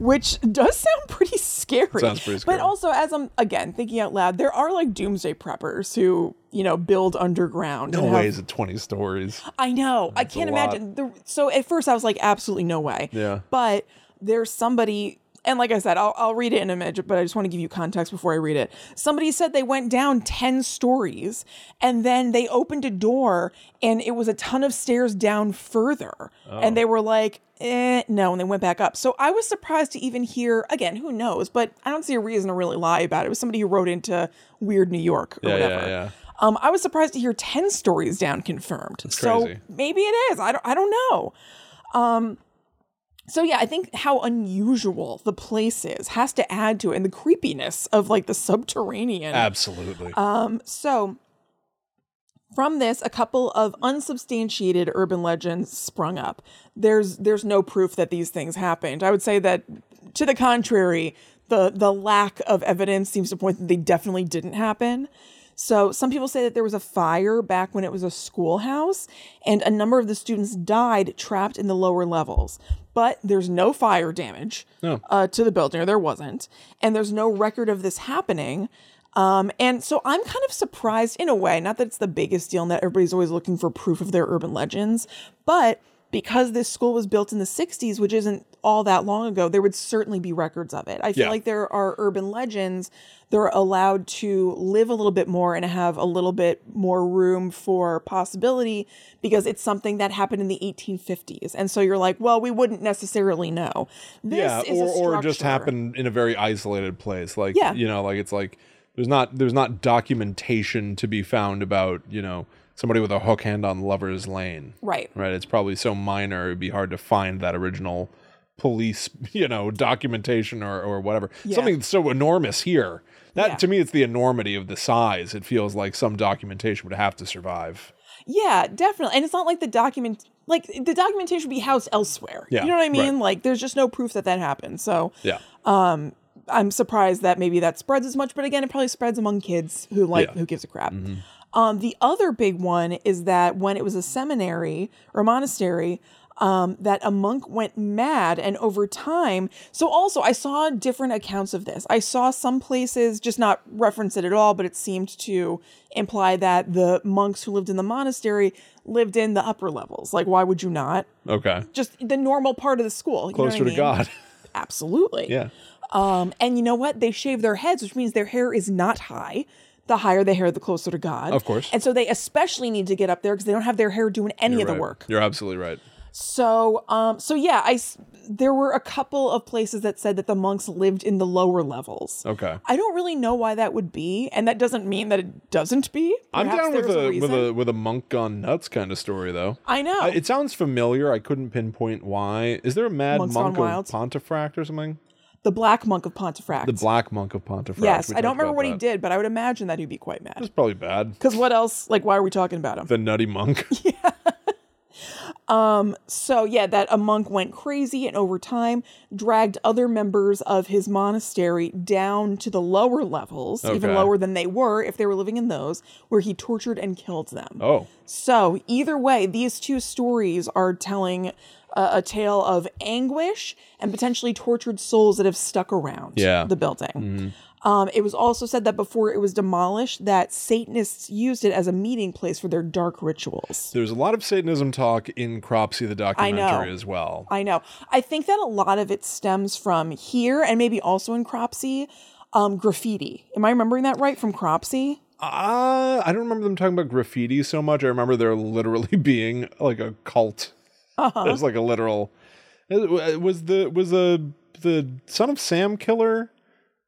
[SPEAKER 1] which does sound pretty scary.
[SPEAKER 2] Sounds pretty scary.
[SPEAKER 1] But also, as I'm again thinking out loud, there are like doomsday preppers who you know build underground.
[SPEAKER 2] No
[SPEAKER 1] and have-
[SPEAKER 2] ways at 20 stories.
[SPEAKER 1] I know. I can't
[SPEAKER 2] a lot.
[SPEAKER 1] imagine. The, so at first I was like, absolutely no way.
[SPEAKER 2] Yeah.
[SPEAKER 1] But there's somebody, and like I said, I'll, I'll read it in a minute, but I just want to give you context before I read it. Somebody said they went down 10 stories and then they opened a door and it was a ton of stairs down further. And they
[SPEAKER 2] Oh.
[SPEAKER 1] were like, eh, no. And they went back up. So I was surprised to even hear, again, who knows, but I don't see a reason to really lie about it. It was somebody who wrote into Weird New York or
[SPEAKER 2] Yeah, yeah,
[SPEAKER 1] whatever.
[SPEAKER 2] yeah.
[SPEAKER 1] Um, I was surprised to hear 10 stories down confirmed. so
[SPEAKER 2] crazy.
[SPEAKER 1] maybe it is. I don't, I don't know. Um, so yeah, I think how unusual the place is has to add to it and the creepiness of like the subterranean.
[SPEAKER 2] Absolutely.
[SPEAKER 1] So, from this, a couple of unsubstantiated urban legends sprung up. There's there's no proof that these things happened. I would say that, to the contrary, the the lack of evidence seems to point that they definitely didn't happen. So some people say that there was a fire back when it was a schoolhouse, and a number of the students died trapped in the lower levels. But there's no fire damage
[SPEAKER 2] No.
[SPEAKER 1] uh, to the building, or there wasn't, and there's no record of this happening. Um, and so I'm kind of surprised in a way, not that it's the biggest deal and that everybody's always looking for proof of their urban legends, but because this school was built in the 60s, which isn't all that long ago, there would certainly be records of it. I feel
[SPEAKER 2] Yeah.
[SPEAKER 1] like there are urban legends that are allowed to live a little bit more and have a little bit more room for possibility because it's something that happened in the 1850s. And so you're like, well, we wouldn't necessarily know. This
[SPEAKER 2] yeah,
[SPEAKER 1] is
[SPEAKER 2] or
[SPEAKER 1] a
[SPEAKER 2] or just
[SPEAKER 1] structure.
[SPEAKER 2] happen in a very isolated place. Like
[SPEAKER 1] Yeah.
[SPEAKER 2] you know, like it's like there's not there's not documentation to be found about you know somebody with a hook hand on Lover's Lane.
[SPEAKER 1] Right.
[SPEAKER 2] Right. It's probably so minor it'd be hard to find that original police, you know, documentation or or whatever.
[SPEAKER 1] Yeah.
[SPEAKER 2] Something that's so enormous here. That
[SPEAKER 1] Yeah.
[SPEAKER 2] to me it's the enormity of the size. It feels like some documentation would have to survive.
[SPEAKER 1] Yeah, definitely. And it's not like the document like the documentation would be housed elsewhere.
[SPEAKER 2] Yeah,
[SPEAKER 1] you know what I
[SPEAKER 2] right.
[SPEAKER 1] mean? Like there's just no proof that that happened. So
[SPEAKER 2] Yeah.
[SPEAKER 1] I'm surprised that maybe that spreads as much, but again, it probably spreads among kids who like
[SPEAKER 2] Yeah. Mm-hmm.
[SPEAKER 1] who gives a crap. Um, the other big one is that when it was a seminary or monastery, um, that a monk went mad, and over time, so also I saw different accounts of this. I saw some places just not reference it at all, but it seemed to imply that the monks who lived in the monastery lived in the upper levels. Like, why would you not?
[SPEAKER 2] Okay.
[SPEAKER 1] Just the normal part of the school. you know what I
[SPEAKER 2] Closer to
[SPEAKER 1] mean?
[SPEAKER 2] God.
[SPEAKER 1] Absolutely.
[SPEAKER 2] yeah.
[SPEAKER 1] Um, and you know what? They shave their heads, which means their hair is not high. The higher the hair, the closer to God.
[SPEAKER 2] Of course.
[SPEAKER 1] And so they especially need to get up there because they don't have their hair doing any of the
[SPEAKER 2] Right.
[SPEAKER 1] work.
[SPEAKER 2] You're absolutely right.
[SPEAKER 1] So, um, so yeah, I s- there were a couple of places that said that the monks lived in the lower levels.
[SPEAKER 2] Okay.
[SPEAKER 1] I don't really know why that would be, and that doesn't mean that it doesn't be.
[SPEAKER 2] I'm
[SPEAKER 1] Perhaps
[SPEAKER 2] down with
[SPEAKER 1] there's
[SPEAKER 2] a, with
[SPEAKER 1] reason.
[SPEAKER 2] a with a monk gone nuts kind of story though.
[SPEAKER 1] I know.
[SPEAKER 2] Uh, it sounds familiar. I couldn't pinpoint why. Is there a mad
[SPEAKER 1] Monks
[SPEAKER 2] monk
[SPEAKER 1] Gone
[SPEAKER 2] of
[SPEAKER 1] Wild?
[SPEAKER 2] Pontefract or something?
[SPEAKER 1] the black monk of Pontefract.
[SPEAKER 2] The black monk of Pontefract.
[SPEAKER 1] yes,
[SPEAKER 2] We
[SPEAKER 1] I don't
[SPEAKER 2] talked
[SPEAKER 1] remember
[SPEAKER 2] about
[SPEAKER 1] what he
[SPEAKER 2] that.
[SPEAKER 1] did, but I would imagine that he'd be quite mad.
[SPEAKER 2] It's probably bad.
[SPEAKER 1] Because what else? Like, why are we talking about him?
[SPEAKER 2] The nutty monk.
[SPEAKER 1] So, yeah, that a monk went crazy and over time dragged other members of his monastery down to the lower levels, even
[SPEAKER 2] Okay.
[SPEAKER 1] lower than they were if they were living in those, where he tortured and killed them.
[SPEAKER 2] oh.
[SPEAKER 1] So, either way, these two stories are telling a, a tale of anguish and potentially tortured souls that have stuck around
[SPEAKER 2] Yeah. Mm-hmm.
[SPEAKER 1] the building. Um, it was also said that before it was demolished, that Satanists used it as a meeting place for their dark rituals.
[SPEAKER 2] There's a lot of Satanism talk in Cropsy the
[SPEAKER 1] know.
[SPEAKER 2] documentary as well.
[SPEAKER 1] I know. I think that a lot of it stems from here and maybe also in Cropsy, um, graffiti. Am I remembering that right from Cropsy?
[SPEAKER 2] Uh, I don't remember them talking about graffiti so much. I remember there literally being like a cult.
[SPEAKER 1] Uh-huh.
[SPEAKER 2] There's like a literal. uh, Was the was the the son of Sam killer?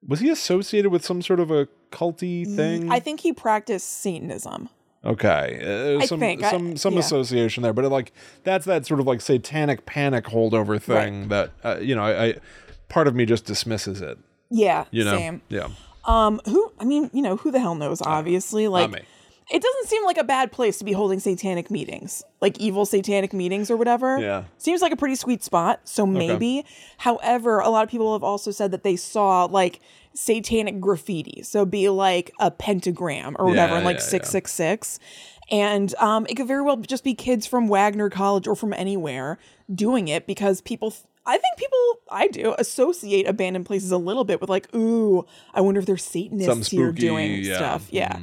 [SPEAKER 2] Was he associated with some sort of a culty thing?
[SPEAKER 1] I think he practiced Satanism.
[SPEAKER 2] Okay, uh, there's
[SPEAKER 1] I
[SPEAKER 2] some
[SPEAKER 1] think, I-
[SPEAKER 2] some some
[SPEAKER 1] yeah.
[SPEAKER 2] association there, but it, like that's that sort of like satanic panic holdover thing that uh, you know I, I part of me just dismisses it.
[SPEAKER 1] Yeah,
[SPEAKER 2] You know,
[SPEAKER 1] same.
[SPEAKER 2] yeah,
[SPEAKER 1] Um, who? I mean, you know, who the hell knows? Obviously, like.
[SPEAKER 2] me.
[SPEAKER 1] It doesn't seem like a bad place to be holding satanic meetings, like evil satanic meetings or whatever.
[SPEAKER 2] Yeah.
[SPEAKER 1] Seems like a pretty sweet spot, so maybe. However, a lot of people have also said that they saw like satanic graffiti. So be like a pentagram or whatever,
[SPEAKER 2] Yeah,
[SPEAKER 1] and like
[SPEAKER 2] yeah, yeah.
[SPEAKER 1] 666. And um, it could very well just be kids from Wagner College or from anywhere doing it because people. I think people, I do, associate abandoned places a little bit with like, ooh, I wonder if there's Satanists
[SPEAKER 2] Something
[SPEAKER 1] here
[SPEAKER 2] spooky,
[SPEAKER 1] doing
[SPEAKER 2] yeah. mm-hmm.
[SPEAKER 1] stuff. Yeah.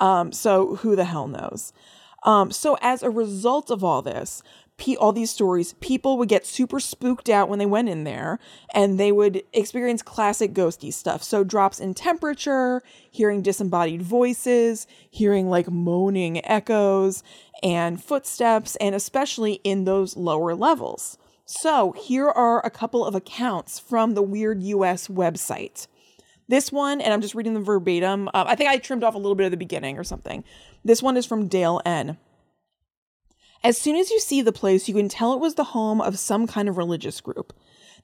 [SPEAKER 1] Um, so who the hell knows? Um, so as a result of all this, pe- all these stories, people would get super spooked out when they went in there, and they would experience classic ghosty stuff. So drops in temperature, hearing disembodied voices, hearing like moaning echoes and footsteps, and especially in those lower levels. So here are a couple of accounts from the Weird US website. This one, and I'm just reading them verbatim. Um, I think I trimmed off a little bit at the beginning or something. This one is from Dale N. As soon as you see the place, you can tell it was the home of some kind of religious group.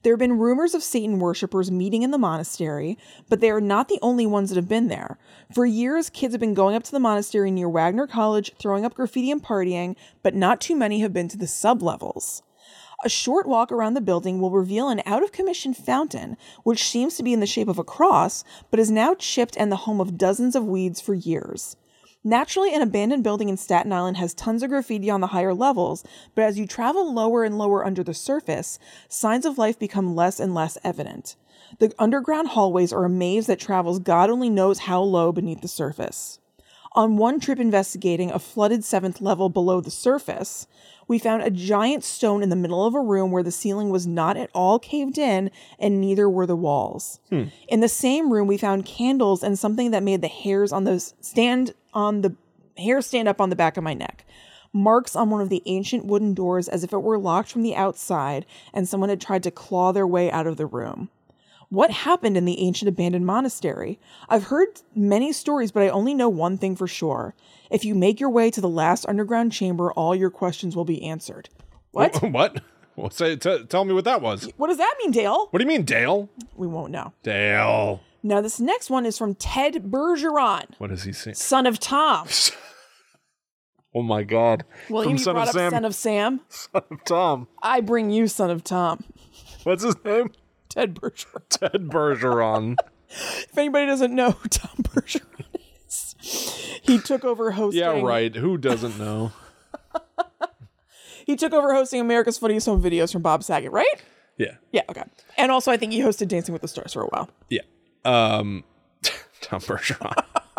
[SPEAKER 1] There have been rumors of Satan worshippers meeting in the monastery, but they are not the only ones that have been there. For years, kids have been going up to the monastery near Wagner College, throwing up graffiti and partying, but not too many have been to the sublevels. A short walk around the building will reveal an out of commission fountain, which seems to be in the shape of a cross, but is now chipped and the home of dozens of weeds for years. Naturally, an abandoned building in Staten Island has tons of graffiti on the higher levels, but as you travel lower and lower under the surface, signs of life become less and less evident. The underground hallways are a maze that travels God only knows how low beneath the surface. On one trip investigating a flooded seventh level below the surface, we found a giant stone in the middle of a room where the ceiling was not at all caved in and neither were the walls. In the same room, we found candles and something that made the hairs on those stand on the hair stand up on the back of my neck. Marks on one of the ancient wooden doors as if it were locked from the outside and someone had tried to claw their way out of the room. What happened in the ancient abandoned monastery? I've heard many stories, but I only know one thing for sure. If you make your way to the last underground chamber, all your questions will be answered. What?
[SPEAKER 2] what? Well, say, t- tell me what that was.
[SPEAKER 1] What does that mean, Dale?
[SPEAKER 2] What do you mean, Dale?
[SPEAKER 1] We won't know.
[SPEAKER 2] Dale.
[SPEAKER 1] Now, this next one is from Ted Bergeron,
[SPEAKER 2] What is he saying?
[SPEAKER 1] son of Tom.
[SPEAKER 2] Oh my God.
[SPEAKER 1] William, you
[SPEAKER 2] Son
[SPEAKER 1] brought up
[SPEAKER 2] of Sam,
[SPEAKER 1] son of Sam.
[SPEAKER 2] Son of Tom.
[SPEAKER 1] I bring you son of Tom,
[SPEAKER 2] What's his name?
[SPEAKER 1] Ted Bergeron.
[SPEAKER 2] Ted Bergeron.
[SPEAKER 1] If anybody doesn't know who Tom Bergeron is, he took over hosting.
[SPEAKER 2] yeah, right. Who doesn't know?
[SPEAKER 1] He took over hosting America's Funniest Home Videos from Bob Saget, right?
[SPEAKER 2] Yeah.
[SPEAKER 1] Yeah, okay. And also, I think he hosted Dancing with the Stars for a while.
[SPEAKER 2] Yeah. Um, Tom Bergeron.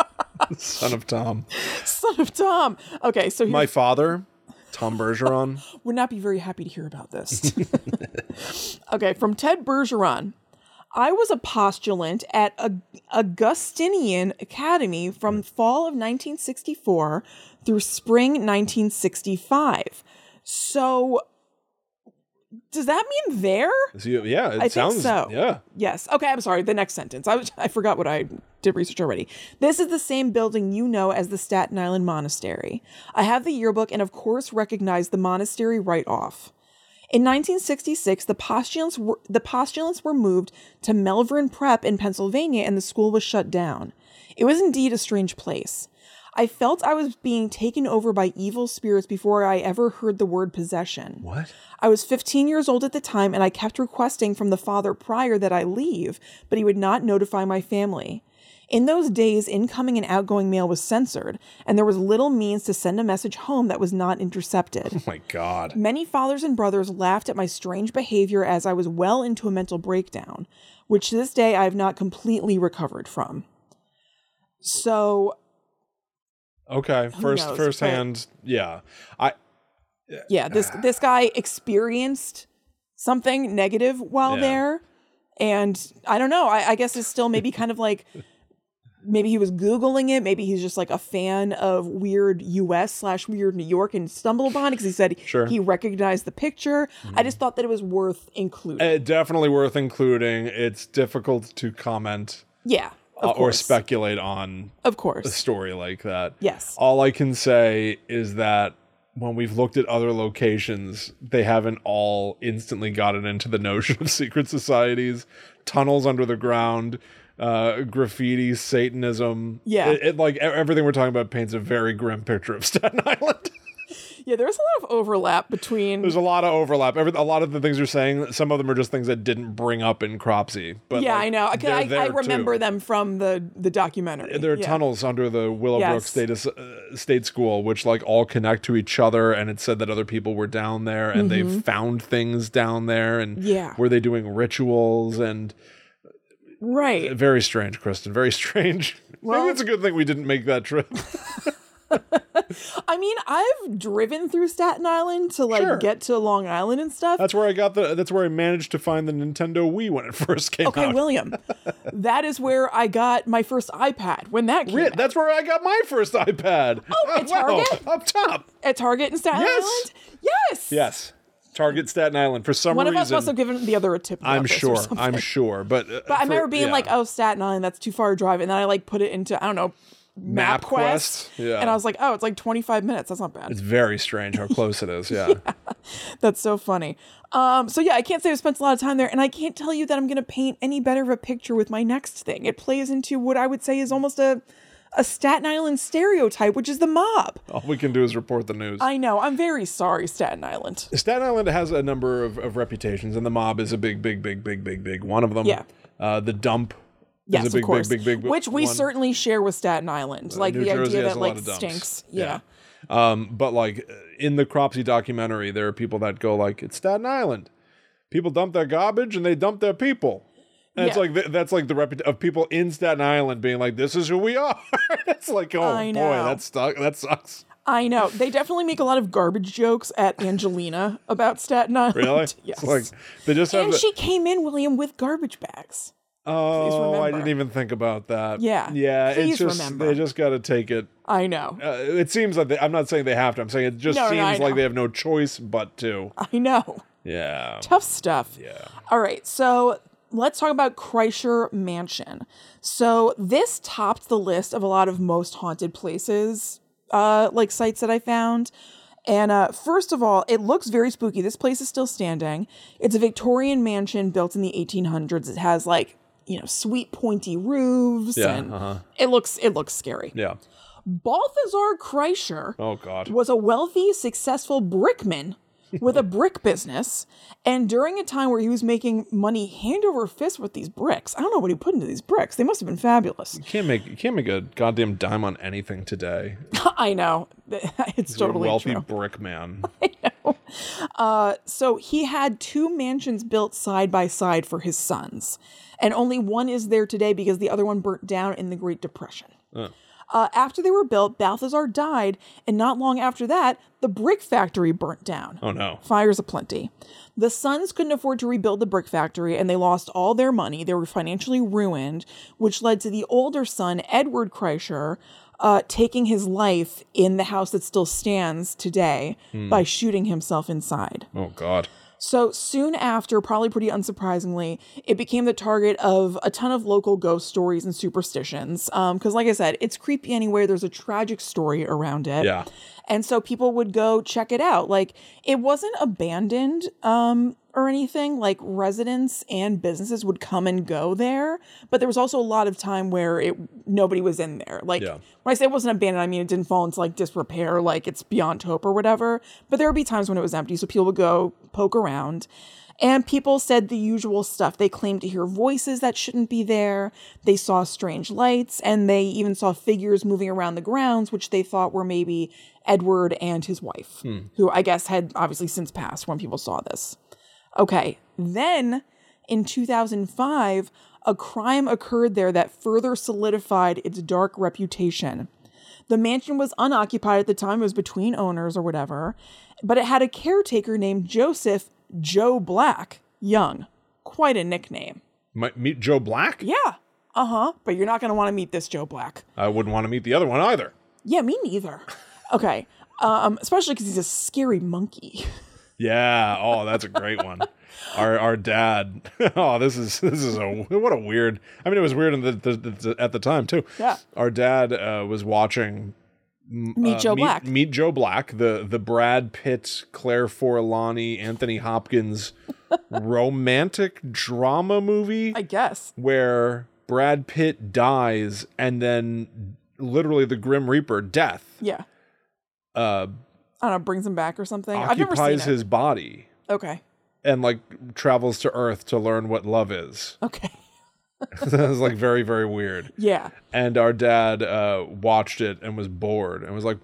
[SPEAKER 2] Son of Tom.
[SPEAKER 1] Son of Tom. Okay, so he
[SPEAKER 2] My father, Tom Bergeron.
[SPEAKER 1] would not be very happy to hear about this. okay, from Ted Bergeron. I was a postulant at a Augustinian Academy from fall of 1964 through spring 1965. So does that mean there?
[SPEAKER 2] Is he- yeah, it
[SPEAKER 1] think
[SPEAKER 2] sounds.
[SPEAKER 1] so.
[SPEAKER 2] Yeah.
[SPEAKER 1] Yes. Okay, I'm sorry. The next sentence. I, was- I forgot what I did research already. This is the same building you know as the Staten Island Monastery. I have the yearbook and, of course, recognize the monastery right off. In 1966, the postulants were, the postulants were moved to Melvern Prep in Pennsylvania and the school was shut down. It was indeed a strange place. I felt I was being taken over by evil spirits before I ever heard the word possession.
[SPEAKER 2] What?
[SPEAKER 1] I was 15 years old at the time, and I kept requesting from the father prior that I leave, but he would not notify my family. In those days, incoming and outgoing mail was censored, and there was little means to send a message home that was not intercepted.
[SPEAKER 2] Oh my God.
[SPEAKER 1] Many fathers and brothers laughed at my strange behavior as I was well into a mental breakdown, which to this day I have not completely recovered from. So,
[SPEAKER 2] Okay. First,
[SPEAKER 1] knows,
[SPEAKER 2] first
[SPEAKER 1] but-
[SPEAKER 2] hand. Yeah. I.
[SPEAKER 1] yeah, this this guy experienced something negative while
[SPEAKER 2] Yeah.
[SPEAKER 1] there, and I don't know. I, I guess it's still maybe kind of like maybe he was googling it. Maybe he's just like a fan of weird U.S. slash weird New York and stumbled upon it because he said
[SPEAKER 2] Sure. Mm.
[SPEAKER 1] he recognized the picture. I just thought that it was worth including.
[SPEAKER 2] eh, definitely worth including. It's difficult to comment
[SPEAKER 1] yeah,
[SPEAKER 2] uh,
[SPEAKER 1] of
[SPEAKER 2] or
[SPEAKER 1] course,
[SPEAKER 2] speculate on
[SPEAKER 1] of
[SPEAKER 2] a
[SPEAKER 1] course,
[SPEAKER 2] story like that.
[SPEAKER 1] yes.
[SPEAKER 2] All I can say is that when we've looked at other locations, they haven't all instantly gotten into the notion of secret societies, tunnels under the ground, uh, graffiti, Satanism.
[SPEAKER 1] Yeah.
[SPEAKER 2] It, it, like e- everything we're talking about paints a very grim picture of Staten Island.
[SPEAKER 1] Yeah, there's a lot of overlap between.
[SPEAKER 2] There's a lot of overlap. Every, a lot of the things you're saying, some of them are just things that didn't bring up in Cropsey. But
[SPEAKER 1] Yeah,
[SPEAKER 2] like,
[SPEAKER 1] I know. 'cause
[SPEAKER 2] they're
[SPEAKER 1] I, I
[SPEAKER 2] there, too.
[SPEAKER 1] remember them from the the documentary.
[SPEAKER 2] There are
[SPEAKER 1] yeah.
[SPEAKER 2] tunnels under the Willowbrook
[SPEAKER 1] Yes.
[SPEAKER 2] State uh, State School, which like all connect to each other, and it said that other people were down there and they found things down there, and
[SPEAKER 1] Mm-hmm. Yeah.
[SPEAKER 2] were they doing rituals and uh,
[SPEAKER 1] right?
[SPEAKER 2] very strange, Kristen, very strange.
[SPEAKER 1] Well-
[SPEAKER 2] Maybe it's a good thing we didn't make that trip.
[SPEAKER 1] I mean, I've driven through Staten Island to like
[SPEAKER 2] Sure.
[SPEAKER 1] get to Long Island and stuff.
[SPEAKER 2] That's where I got the. That's where I managed to find the Nintendo Wii when it first came
[SPEAKER 1] okay,
[SPEAKER 2] out.
[SPEAKER 1] William, that is where I got my first iPad when that came
[SPEAKER 2] Yeah,
[SPEAKER 1] out.
[SPEAKER 2] that's where I got my first iPad. Oh,
[SPEAKER 1] at Target?
[SPEAKER 2] up top.
[SPEAKER 1] at Target in Staten
[SPEAKER 2] Yes.
[SPEAKER 1] Island. Yes,
[SPEAKER 2] Yes, Target Staten Island. For some
[SPEAKER 1] One
[SPEAKER 2] reason,
[SPEAKER 1] of us must have given the other a tip. about
[SPEAKER 2] I'm
[SPEAKER 1] this or
[SPEAKER 2] sure.
[SPEAKER 1] something.
[SPEAKER 2] I'm sure. But, uh,
[SPEAKER 1] But I remember being like, "Oh, Staten Island, that's too far a drive," and then I like put it into I don't know
[SPEAKER 2] MapQuest? Yeah.
[SPEAKER 1] and I was like, "Oh, it's like 25 minutes. That's not bad."
[SPEAKER 2] It's very strange how close it is. Yeah.
[SPEAKER 1] That's so funny. Um, so yeah, I can't say I've spent a lot of time there, and I can't tell you that I'm gonna paint any better of a picture with my next thing. It plays into what I would say is almost a a Staten Island stereotype, which is the mob.
[SPEAKER 2] All we can do is report the news.
[SPEAKER 1] I know. I'm very sorry, Staten Island.
[SPEAKER 2] Staten Island has a number of, of reputations, and the mob is a big, big, big, big, big, big one of them.
[SPEAKER 1] Yeah.
[SPEAKER 2] Uh, the dump
[SPEAKER 1] Yes,
[SPEAKER 2] a big,
[SPEAKER 1] of course.
[SPEAKER 2] big, big, big
[SPEAKER 1] Which we
[SPEAKER 2] one. Uh,
[SPEAKER 1] certainly share with Staten Island, like
[SPEAKER 2] New
[SPEAKER 1] the
[SPEAKER 2] Jersey
[SPEAKER 1] idea
[SPEAKER 2] has
[SPEAKER 1] that
[SPEAKER 2] a
[SPEAKER 1] like
[SPEAKER 2] lot of dumps.
[SPEAKER 1] stinks. Yeah.
[SPEAKER 2] Um, but like in the Cropsy documentary, there are people that go like, "It's Staten Island. People dump their garbage and they dump their people." And it's
[SPEAKER 1] Yeah.
[SPEAKER 2] like th- that's like the reputation of people in Staten Island being like, "This is who we are." it's like, oh
[SPEAKER 1] I
[SPEAKER 2] boy,
[SPEAKER 1] know.
[SPEAKER 2] that stuck. That sucks.
[SPEAKER 1] I know they definitely make a lot of garbage jokes at Angelina about Staten Island.
[SPEAKER 2] Really?
[SPEAKER 1] yes.
[SPEAKER 2] It's like they just have.
[SPEAKER 1] and
[SPEAKER 2] the-
[SPEAKER 1] she came in William with garbage bags.
[SPEAKER 2] oh, I didn't
[SPEAKER 1] remember.
[SPEAKER 2] even think about that.
[SPEAKER 1] Yeah.
[SPEAKER 2] Yeah.
[SPEAKER 1] Please
[SPEAKER 2] it's just
[SPEAKER 1] remember.
[SPEAKER 2] they just got to take it.
[SPEAKER 1] I know.
[SPEAKER 2] Uh, it seems like they, I'm not saying they have to. I'm saying it just
[SPEAKER 1] No, no, I
[SPEAKER 2] seems like
[SPEAKER 1] know.
[SPEAKER 2] they have no choice but to.
[SPEAKER 1] I know.
[SPEAKER 2] Yeah.
[SPEAKER 1] Tough stuff.
[SPEAKER 2] Yeah.
[SPEAKER 1] All right, so let's talk about Kreischer Mansion. So this topped the list of a lot of most haunted places, uh, like sites that I found. And uh, first of all, it looks very spooky. This place is still standing. It's a Victorian mansion built in the 1800s. It has like you know sweet pointy roofs,
[SPEAKER 2] Yeah,
[SPEAKER 1] and
[SPEAKER 2] uh-huh.
[SPEAKER 1] it looks it looks scary.
[SPEAKER 2] Yeah.
[SPEAKER 1] Balthazar Kreischer
[SPEAKER 2] Oh God.
[SPEAKER 1] was a wealthy, successful brickman with a brick business. And during a time where he was making money hand over fist with these bricks, I don't know what he put into these bricks. They must have been fabulous.
[SPEAKER 2] Can't make you can't make a goddamn dime on anything today.
[SPEAKER 1] I know. It's
[SPEAKER 2] You're
[SPEAKER 1] totally
[SPEAKER 2] a wealthy
[SPEAKER 1] true. Uh,
[SPEAKER 2] brick man.
[SPEAKER 1] So he had two mansions built side by side for his sons. And only one is there today because the other one burnt down in the Great Depression. Uh, after they were built, Balthazar died, and not long after that, the brick factory burnt down.
[SPEAKER 2] Oh no.
[SPEAKER 1] Fires aplenty. The sons couldn't afford to rebuild the brick factory and they lost all their money. They were financially ruined, which led to the older son, Edward Kreischer, uh, taking his life in the house that still stands today by shooting himself inside.
[SPEAKER 2] Oh God.
[SPEAKER 1] So soon after, probably pretty unsurprisingly, it became the target of a ton of local ghost stories and superstitions. Because, like I said, it's creepy anyway. There's a tragic story around it.
[SPEAKER 2] Yeah.
[SPEAKER 1] And so people would go check it out. Like it wasn't abandoned um, or anything. Like residents and businesses would come and go there, but there was also a lot of time where it nobody was in there. Like
[SPEAKER 2] Yeah.
[SPEAKER 1] when I say it wasn't abandoned, I mean it didn't fall into like disrepair, like it's beyond hope or whatever. But there would be times when it was empty, so people would go poke around. And people said the usual stuff. They claimed to hear voices that shouldn't be there. They saw strange lights, and they even saw figures moving around the grounds, which they thought were maybe Edward and his wife, who I guess had obviously since passed when people saw this. Okay. Then in 2005, a crime occurred there that further solidified its dark reputation. The mansion was unoccupied at the time, it was between owners or whatever, but it had a caretaker named Joseph Joe Black Young. Quite a nickname.
[SPEAKER 2] Might meet Joe Black.
[SPEAKER 1] Yeah. Uh huh. But you're not going to want to meet this Joe Black.
[SPEAKER 2] I wouldn't want to meet the other one either.
[SPEAKER 1] Yeah, me neither. Okay. Um, especially because he's a scary monkey.
[SPEAKER 2] Yeah. Oh, that's a great one. Our our dad. Oh, this is this is a what a weird. I mean, it was weird in the, the, the- at the time too.
[SPEAKER 1] Yeah.
[SPEAKER 2] Our dad uh, was watching
[SPEAKER 1] Meet
[SPEAKER 2] uh,
[SPEAKER 1] Joe
[SPEAKER 2] meet,
[SPEAKER 1] Black.
[SPEAKER 2] Meet Joe Black, the the Brad Pitt, Claire Forlani, Anthony Hopkins romantic drama movie.
[SPEAKER 1] I guess.
[SPEAKER 2] where Brad Pitt dies and then literally the Grim Reaper, death,
[SPEAKER 1] Yeah.
[SPEAKER 2] uh,
[SPEAKER 1] I don't know, brings him back or something. I've never seen
[SPEAKER 2] occupies
[SPEAKER 1] it.
[SPEAKER 2] his body
[SPEAKER 1] Okay.
[SPEAKER 2] and like travels to Earth to learn what love is.
[SPEAKER 1] Okay.
[SPEAKER 2] that was like very, very weird.
[SPEAKER 1] Yeah.
[SPEAKER 2] And our dad uh, watched it and was bored and was like,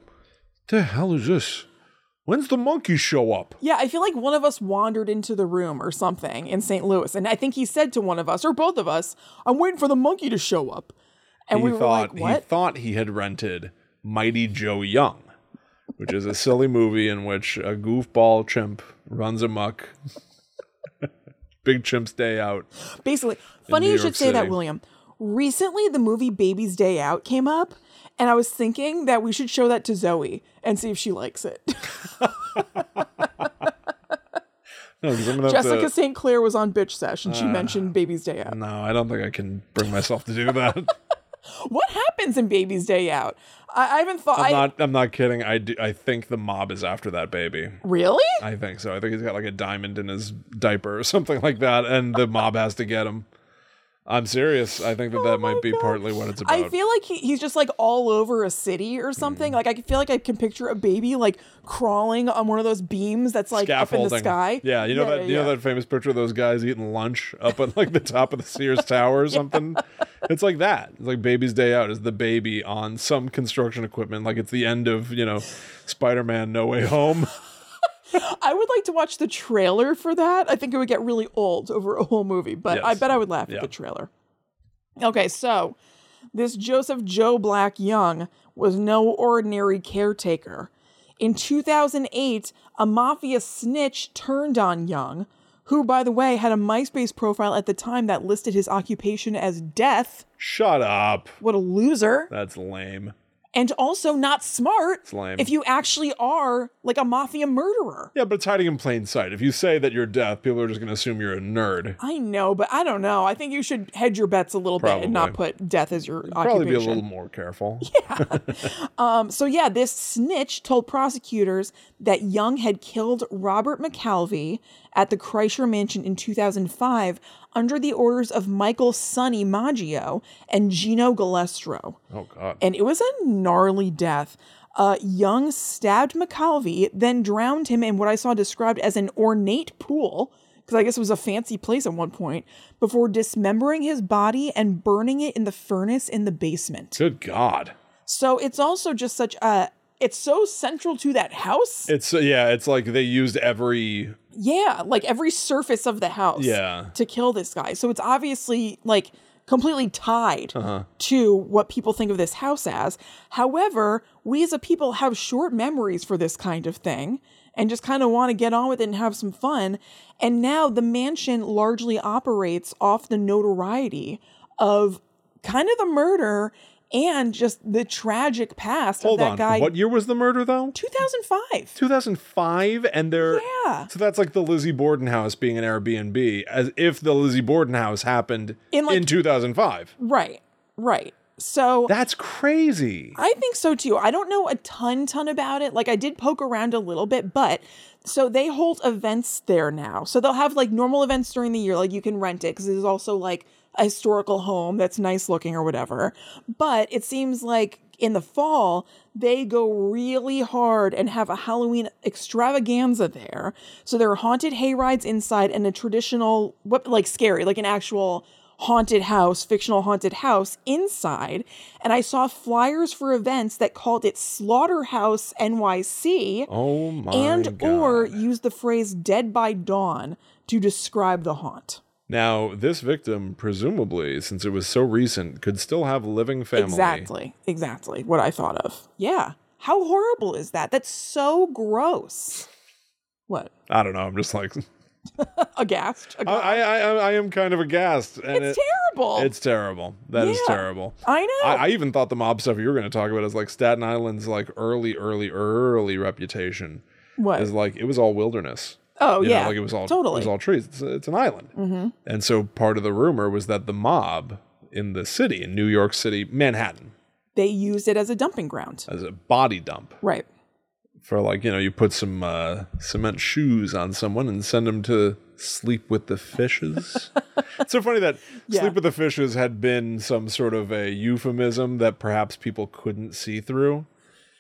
[SPEAKER 2] the hell is this? When's the monkey show up?
[SPEAKER 1] Yeah, I feel like one of us wandered into the room or something in St. Louis. And I think he said to one of us, or both of us, I'm waiting for the monkey to show up. And
[SPEAKER 2] he
[SPEAKER 1] we were
[SPEAKER 2] thought
[SPEAKER 1] like,
[SPEAKER 2] he
[SPEAKER 1] what?
[SPEAKER 2] thought he had rented Mighty Joe Young, which is a silly movie in which a goofball chimp runs amok. Big Chimp's Day Out.
[SPEAKER 1] Basically, funny
[SPEAKER 2] New
[SPEAKER 1] you
[SPEAKER 2] York
[SPEAKER 1] should say that,
[SPEAKER 2] City.
[SPEAKER 1] William. Recently, the movie Baby's Day Out came up. And I was thinking that we should show that to Zoe and see if she likes it.
[SPEAKER 2] No, 'cause I'm gonna have
[SPEAKER 1] Jessica
[SPEAKER 2] to.
[SPEAKER 1] St. Clair was on Bitch Sesh
[SPEAKER 2] Uh.
[SPEAKER 1] and she mentioned Baby's Day Out.
[SPEAKER 2] No, I don't think I can bring myself to do that.
[SPEAKER 1] What happens in Baby's Day Out? I, I haven't thought. I,
[SPEAKER 2] I'm not. I'm not kidding. I do, I think the mob is after that baby.
[SPEAKER 1] really?
[SPEAKER 2] I think so. I think he's got like a diamond in his diaper or something like that, and the mob has to get him. I'm serious. I think that that might be partly what it's about.
[SPEAKER 1] Oh
[SPEAKER 2] Mm-hmm.
[SPEAKER 1] I feel like he, he's just like all over a city or something. Like I feel like I can picture a baby like crawling on one of those beams that's like up in the sky.
[SPEAKER 2] Yeah, you know that you know that famous picture of those guys eating lunch up on like the top of the Sears Tower or something. It's like that. It's like Baby's Day Out is the baby on some construction equipment. Like it's the end of you know Spider-Man No Way Home.
[SPEAKER 1] I would like to watch the trailer for that. I think it would get really old over a whole movie, but I
[SPEAKER 2] Yes.
[SPEAKER 1] bet I would laugh at
[SPEAKER 2] Yeah.
[SPEAKER 1] the trailer. Okay, so this Joseph Joe Black Young was no ordinary caretaker. In 2008, a mafia snitch turned on Young, who, by the way, had a MySpace profile at the time that listed his occupation as death.
[SPEAKER 2] Shut up.
[SPEAKER 1] What a loser.
[SPEAKER 2] That's lame.
[SPEAKER 1] And also not smart
[SPEAKER 2] lame.
[SPEAKER 1] if you actually are like a mafia murderer.
[SPEAKER 2] Yeah, but it's hiding in plain sight. If you say that you're deaf, people are just going to assume you're a nerd.
[SPEAKER 1] I know, but I don't know. I think you should hedge your bets a little bit and not put death as your
[SPEAKER 2] Probably be a
[SPEAKER 1] occupation.
[SPEAKER 2] little more careful.
[SPEAKER 1] Um, so yeah, this snitch told prosecutors that Young had killed Robert McAlvey at the Kreischer Mansion in 2005 under the orders of Michael Sonny Maggio and Gino Galestro.
[SPEAKER 2] Oh God.
[SPEAKER 1] And it was a gnarly death. Uh, Young stabbed McAlvey, then drowned him in what I saw described as an ornate pool, because I guess it was a fancy place at one point, before dismembering his body and burning it in the furnace in the basement.
[SPEAKER 2] Good God.
[SPEAKER 1] So it's also just such a. It's so central to that house.
[SPEAKER 2] It's uh, yeah. It's like they used every
[SPEAKER 1] yeah, like every surface of the house
[SPEAKER 2] Yeah.
[SPEAKER 1] to kill this guy. So it's obviously like completely tied
[SPEAKER 2] Uh-huh.
[SPEAKER 1] to what people think of this house as. However, we as a people have short memories for this kind of thing and just kind of want to get on with it and have some fun. And now the mansion largely operates off the notoriety of kind of the murder and just the tragic past
[SPEAKER 2] Hold
[SPEAKER 1] of that
[SPEAKER 2] on.
[SPEAKER 1] guy.
[SPEAKER 2] What year was the murder though?
[SPEAKER 1] 2005.
[SPEAKER 2] 2005 and they're
[SPEAKER 1] Yeah.
[SPEAKER 2] So that's like the Lizzie Borden house being an Airbnb as if the Lizzie Borden house happened
[SPEAKER 1] In,
[SPEAKER 2] in,
[SPEAKER 1] like-
[SPEAKER 2] 2005.
[SPEAKER 1] Right. Right. So
[SPEAKER 2] That's crazy.
[SPEAKER 1] I think so too. I don't know a ton, ton about it. Like I did poke around a little bit, but so they hold events there now. So they'll have like normal events during the year, like you can rent it because it is also like a historical home that's nice looking or whatever. But it seems like in the fall, they go really hard and have a Halloween extravaganza there. So there are haunted hay rides inside and a traditional, what like scary, like an actual haunted house, fictional haunted house inside, and I saw flyers for events that called it Slaughterhouse NYC
[SPEAKER 2] Oh my
[SPEAKER 1] and
[SPEAKER 2] God.
[SPEAKER 1] or used the phrase dead by dawn to describe the haunt.
[SPEAKER 2] now this victim presumably since it was so recent could still have living family.
[SPEAKER 1] Exactly. Exactly what I thought of. Yeah. How horrible is that? That's so gross. What?
[SPEAKER 2] I don't know. I'm just like
[SPEAKER 1] Aghast? Aghast?
[SPEAKER 2] I I I, I am kind of aghast and
[SPEAKER 1] it's
[SPEAKER 2] it-
[SPEAKER 1] terrible.
[SPEAKER 2] It's terrible. That is
[SPEAKER 1] Oh. Yeah.
[SPEAKER 2] terrible.
[SPEAKER 1] I know.
[SPEAKER 2] I, I even thought the mob stuff you were going to talk about is like Staten Island's like early, early, early reputation
[SPEAKER 1] what?
[SPEAKER 2] is like it was all wilderness.
[SPEAKER 1] oh
[SPEAKER 2] You know,
[SPEAKER 1] yeah.
[SPEAKER 2] like it was all
[SPEAKER 1] totally. Mm-hmm.
[SPEAKER 2] It was all trees. It's, it's an island, and so part of the rumor was that the mob in the city in New York City, Manhattan,
[SPEAKER 1] they used it as a dumping ground.
[SPEAKER 2] as a body dump
[SPEAKER 1] Right.
[SPEAKER 2] for like you know you put some uh, cement shoes on someone and send them to sleep with the fishes. it's so funny that
[SPEAKER 1] Yeah.
[SPEAKER 2] sleep with the fishes had been some sort of a euphemism that perhaps people couldn't see through.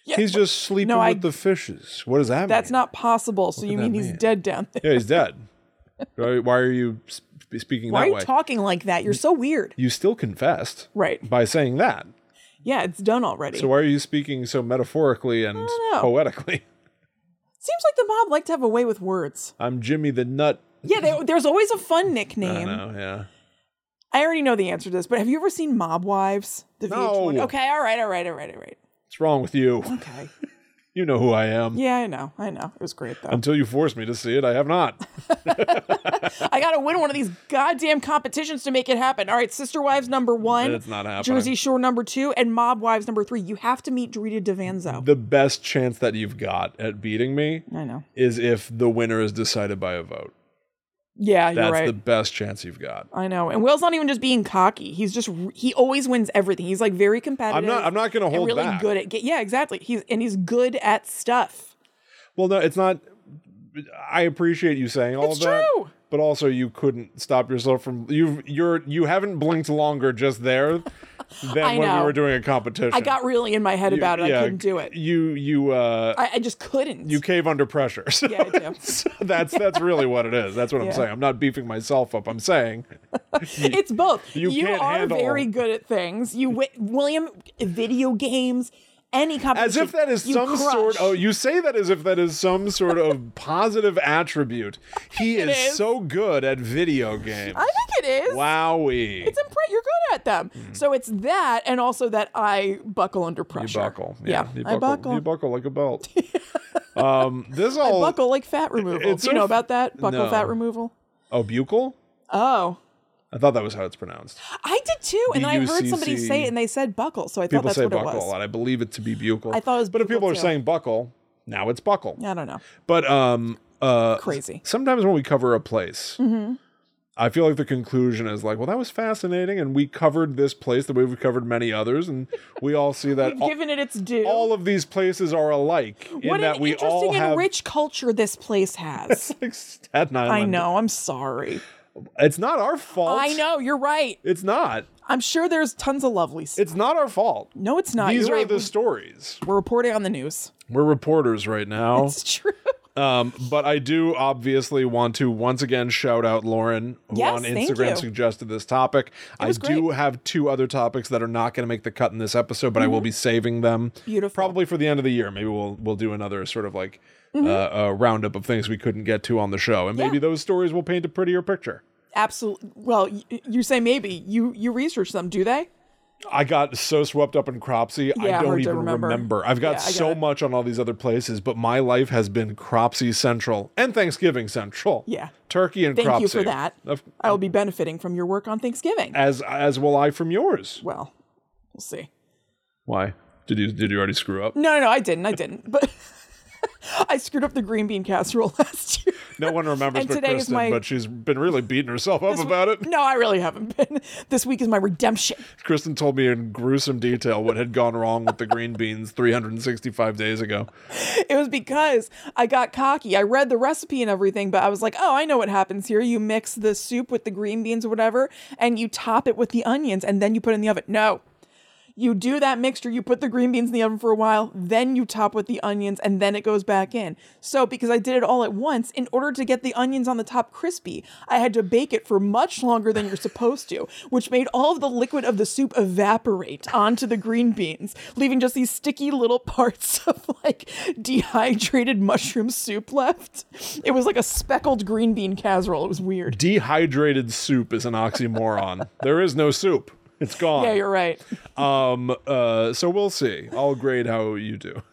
[SPEAKER 1] Yeah,
[SPEAKER 2] he's just sleeping
[SPEAKER 1] no, I-
[SPEAKER 2] with the fishes. What does that
[SPEAKER 1] That's
[SPEAKER 2] mean?
[SPEAKER 1] not possible. So you
[SPEAKER 2] that
[SPEAKER 1] mean he's
[SPEAKER 2] man.
[SPEAKER 1] dead down there?
[SPEAKER 2] yeah, he's dead. Why why are you sp- speaking
[SPEAKER 1] Why are
[SPEAKER 2] that
[SPEAKER 1] you
[SPEAKER 2] way?
[SPEAKER 1] talking like that? You're so weird.
[SPEAKER 2] you still confessed
[SPEAKER 1] Right.
[SPEAKER 2] by saying that.
[SPEAKER 1] Yeah, it's done already.
[SPEAKER 2] So why are you speaking so metaphorically and
[SPEAKER 1] don't know.
[SPEAKER 2] poetically?
[SPEAKER 1] Seems like the mob like to have a way with words.
[SPEAKER 2] I'm Jimmy the Nut.
[SPEAKER 1] Yeah, they, there's always a fun nickname. I,
[SPEAKER 2] No, yeah.
[SPEAKER 1] already know the answer to this, but have you ever seen Mob Wives? The VH1?
[SPEAKER 2] No.
[SPEAKER 1] Okay, all right, all right, all right, all right.
[SPEAKER 2] What's wrong with you?
[SPEAKER 1] Okay.
[SPEAKER 2] You know who I am.
[SPEAKER 1] Yeah, I know, I know. It was great though.
[SPEAKER 2] Until you force me to see it, I have not.
[SPEAKER 1] I gotta win one of these goddamn competitions to make it happen. All right, Sister Wives number one,
[SPEAKER 2] It's not happening.
[SPEAKER 1] Jersey Shore number two, and Mob Wives number three. You have to meet Dorita Devanzo.
[SPEAKER 2] The best chance that you've got at beating me
[SPEAKER 1] I know.
[SPEAKER 2] is if the winner is decided by a vote.
[SPEAKER 1] Yeah, you're
[SPEAKER 2] That's
[SPEAKER 1] right.
[SPEAKER 2] the best chance you've got.
[SPEAKER 1] I know. And Will's not even just being cocky. He's just he always wins everything. He's like very competitive.
[SPEAKER 2] I'm not. I'm not going to
[SPEAKER 1] and
[SPEAKER 2] hold
[SPEAKER 1] really
[SPEAKER 2] back.
[SPEAKER 1] good at get, yeah, exactly. He's and he's good at stuff.
[SPEAKER 2] Well, no, it's not. I appreciate you saying all
[SPEAKER 1] It's
[SPEAKER 2] of that.
[SPEAKER 1] true.
[SPEAKER 2] but also you couldn't stop yourself from you've you're you haven't blinked longer just there
[SPEAKER 1] I
[SPEAKER 2] than when we
[SPEAKER 1] know.
[SPEAKER 2] were doing a competition.
[SPEAKER 1] I got really in my head about it. I couldn't do it.
[SPEAKER 2] You you uh
[SPEAKER 1] I, I just couldn't.
[SPEAKER 2] you cave under pressure. So
[SPEAKER 1] yeah, I do.
[SPEAKER 2] that's that's really what it is. That's what
[SPEAKER 1] Yeah.
[SPEAKER 2] I'm saying. I'm not beefing myself up. I'm saying
[SPEAKER 1] it's both. You,
[SPEAKER 2] You can't
[SPEAKER 1] are
[SPEAKER 2] handle-
[SPEAKER 1] very good at things. You, wi- William, video games, any competition.
[SPEAKER 2] as if that is
[SPEAKER 1] you
[SPEAKER 2] some
[SPEAKER 1] crush.
[SPEAKER 2] sort oh you say that as if that is some sort of positive attribute. He is,
[SPEAKER 1] is.
[SPEAKER 2] so good at video games.
[SPEAKER 1] I think it is.
[SPEAKER 2] Wowie.
[SPEAKER 1] It's impre- You're good at them.
[SPEAKER 2] Hmm.
[SPEAKER 1] So it's that, and also that I buckle under pressure.
[SPEAKER 2] You buckle. Yeah. you
[SPEAKER 1] I
[SPEAKER 2] buckle.
[SPEAKER 1] buckle.
[SPEAKER 2] You buckle like a belt. um, this all
[SPEAKER 1] buckle like fat removal.
[SPEAKER 2] it's
[SPEAKER 1] Do you
[SPEAKER 2] so
[SPEAKER 1] know
[SPEAKER 2] f-
[SPEAKER 1] about that? Buckle
[SPEAKER 2] No.
[SPEAKER 1] fat removal.
[SPEAKER 2] oh buccal.
[SPEAKER 1] Oh,
[SPEAKER 2] I thought that was how it's pronounced.
[SPEAKER 1] I did too, and then I heard somebody
[SPEAKER 2] BUCC.
[SPEAKER 1] say it, and they said buckle, so I thought
[SPEAKER 2] People
[SPEAKER 1] that's
[SPEAKER 2] say
[SPEAKER 1] what it
[SPEAKER 2] buckle a
[SPEAKER 1] was.
[SPEAKER 2] lot. I believe it to be buccal.
[SPEAKER 1] I thought it was
[SPEAKER 2] But if
[SPEAKER 1] buccal
[SPEAKER 2] people are
[SPEAKER 1] too.
[SPEAKER 2] saying buckle, now it's buckle.
[SPEAKER 1] I don't know.
[SPEAKER 2] But um, uh,
[SPEAKER 1] Crazy.
[SPEAKER 2] Sometimes when we cover a place,
[SPEAKER 1] Mm-hmm.
[SPEAKER 2] I feel like the conclusion is like, well, that was fascinating, and we covered this place the way we've covered many others, and we all see that all,
[SPEAKER 1] Given it its due.
[SPEAKER 2] all of these places are alike in
[SPEAKER 1] what
[SPEAKER 2] that
[SPEAKER 1] an
[SPEAKER 2] we all
[SPEAKER 1] interesting and
[SPEAKER 2] have
[SPEAKER 1] rich culture this place has.
[SPEAKER 2] like Staten Island.
[SPEAKER 1] I know. I'm sorry.
[SPEAKER 2] It's not our fault.
[SPEAKER 1] I know. You're right.
[SPEAKER 2] It's not.
[SPEAKER 1] I'm sure there's tons of lovely stuff.
[SPEAKER 2] It's not our fault.
[SPEAKER 1] No, it's not.
[SPEAKER 2] These
[SPEAKER 1] You're
[SPEAKER 2] are
[SPEAKER 1] right.
[SPEAKER 2] the stories.
[SPEAKER 1] We're reporting on the news.
[SPEAKER 2] We're reporters right now.
[SPEAKER 1] It's true.
[SPEAKER 2] Um, but I do obviously want to once again shout out Lauren, who
[SPEAKER 1] Yes,
[SPEAKER 2] on
[SPEAKER 1] thank
[SPEAKER 2] Instagram
[SPEAKER 1] you.
[SPEAKER 2] suggested this topic. I
[SPEAKER 1] was
[SPEAKER 2] do
[SPEAKER 1] great.
[SPEAKER 2] have two other topics that are not going to make the cut in this episode, but I will be saving them.
[SPEAKER 1] Mm-hmm. Beautiful.
[SPEAKER 2] Probably for the end of the year. Maybe we'll we'll do another sort of like uh, uh, roundup of things we couldn't get to on the show, and maybe
[SPEAKER 1] Mm-hmm. Yeah.
[SPEAKER 2] those stories will paint a prettier picture.
[SPEAKER 1] Absolutely. Well, y- you say maybe. You you research them, do they?
[SPEAKER 2] I got so swept up in Cropsy,
[SPEAKER 1] Yeah,
[SPEAKER 2] I don't
[SPEAKER 1] hard to
[SPEAKER 2] even remember.
[SPEAKER 1] remember.
[SPEAKER 2] I've got
[SPEAKER 1] Yeah, I get
[SPEAKER 2] so
[SPEAKER 1] it.
[SPEAKER 2] much on all these other places, but my life has been Cropsy Central and Thanksgiving Central.
[SPEAKER 1] Yeah.
[SPEAKER 2] Turkey and
[SPEAKER 1] Thank
[SPEAKER 2] Cropsy.
[SPEAKER 1] you for that.
[SPEAKER 2] Of-
[SPEAKER 1] I will be benefiting from your work on Thanksgiving.
[SPEAKER 2] As as will I from yours.
[SPEAKER 1] well, we'll see.
[SPEAKER 2] Why? Did you did you already screw up?
[SPEAKER 1] No, no, no, I didn't. I didn't. But I screwed up the green bean casserole last year.
[SPEAKER 2] No one remembers
[SPEAKER 1] And
[SPEAKER 2] but
[SPEAKER 1] today is
[SPEAKER 2] Kristen,
[SPEAKER 1] my-
[SPEAKER 2] but she's been really beating herself up about it.
[SPEAKER 1] No, I really haven't been. This week is my redemption.
[SPEAKER 2] Kristen told me in gruesome detail what had gone wrong with the green beans 365 days ago.
[SPEAKER 1] It was because I got cocky. I read the recipe and everything, but I was like, oh, I know what happens here. You mix the soup with the green beans or whatever, and you top it with the onions, and then you put it in the oven. No. You do that mixture, you put the green beans in the oven for a while, then you top with the onions, and then it goes back in. So, because I did it all at once, in order to get the onions on the top crispy, I had to bake it for much longer than you're supposed to, which made all of the liquid of the soup evaporate onto the green beans, leaving just these sticky little parts of like dehydrated mushroom soup left. It was like a speckled green bean casserole. It was weird.
[SPEAKER 2] Dehydrated soup is an oxymoron. there is no soup. It's gone.
[SPEAKER 1] Yeah, you're right.
[SPEAKER 2] Um. Uh. So we'll see. I'll grade how you do.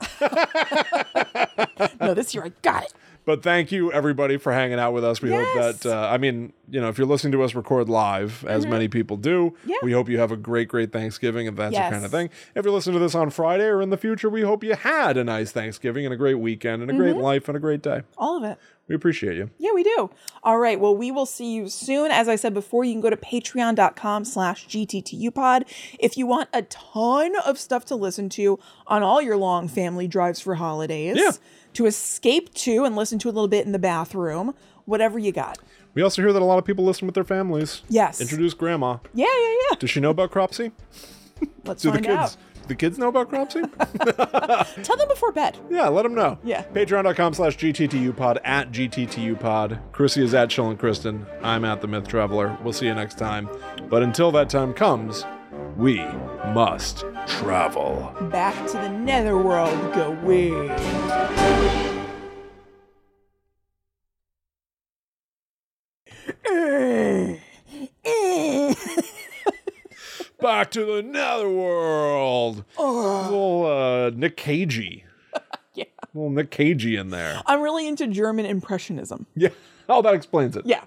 [SPEAKER 1] No, this year I got it.
[SPEAKER 2] But thank you everybody for hanging out with us. We hope
[SPEAKER 1] Yes. Mm-hmm.
[SPEAKER 2] that. Uh, I mean, you know, if you're listening to us record live, as many people do,
[SPEAKER 1] Yeah.
[SPEAKER 2] we hope you have a great, great Thanksgiving if that's your kind of
[SPEAKER 1] Yes.
[SPEAKER 2] thing. If you're listening to this on Friday or in the future, we hope you had a nice Thanksgiving and a great weekend and a
[SPEAKER 1] Mm-hmm.
[SPEAKER 2] great life and a great day.
[SPEAKER 1] All of it.
[SPEAKER 2] We appreciate you.
[SPEAKER 1] Yeah, we do. All right. Well, we will see you soon. As I said before, you can go to patreon.com slash gttupod. If you want a ton of stuff to listen to on all your long family drives for holidays,
[SPEAKER 2] Yeah.
[SPEAKER 1] to escape to and listen to a little bit in the bathroom, whatever you got.
[SPEAKER 2] We also hear that a lot of people listen with their families.
[SPEAKER 1] Yes.
[SPEAKER 2] Introduce Grandma.
[SPEAKER 1] Yeah, yeah, yeah.
[SPEAKER 2] Does she know about Cropsy?
[SPEAKER 1] Let's
[SPEAKER 2] Do
[SPEAKER 1] find
[SPEAKER 2] the kids?
[SPEAKER 1] out.
[SPEAKER 2] The kids know about Cropsy?
[SPEAKER 1] Tell them before bed.
[SPEAKER 2] Yeah, let them know.
[SPEAKER 1] Yeah.
[SPEAKER 2] Patreon.com slash GTTUpod at GTTUpod. Chrissy is at Chill and Kristen. I'm at The Myth Traveler. We'll see you next time. But until that time comes, we must travel.
[SPEAKER 1] Back to the netherworld. Go we.
[SPEAKER 2] Back to the netherworld. Little uh, Nick Cagey.
[SPEAKER 1] Yeah.
[SPEAKER 2] Little Nick Cagey in there.
[SPEAKER 1] I'm really into German impressionism.
[SPEAKER 2] Yeah. Oh, that explains it.
[SPEAKER 1] Yeah.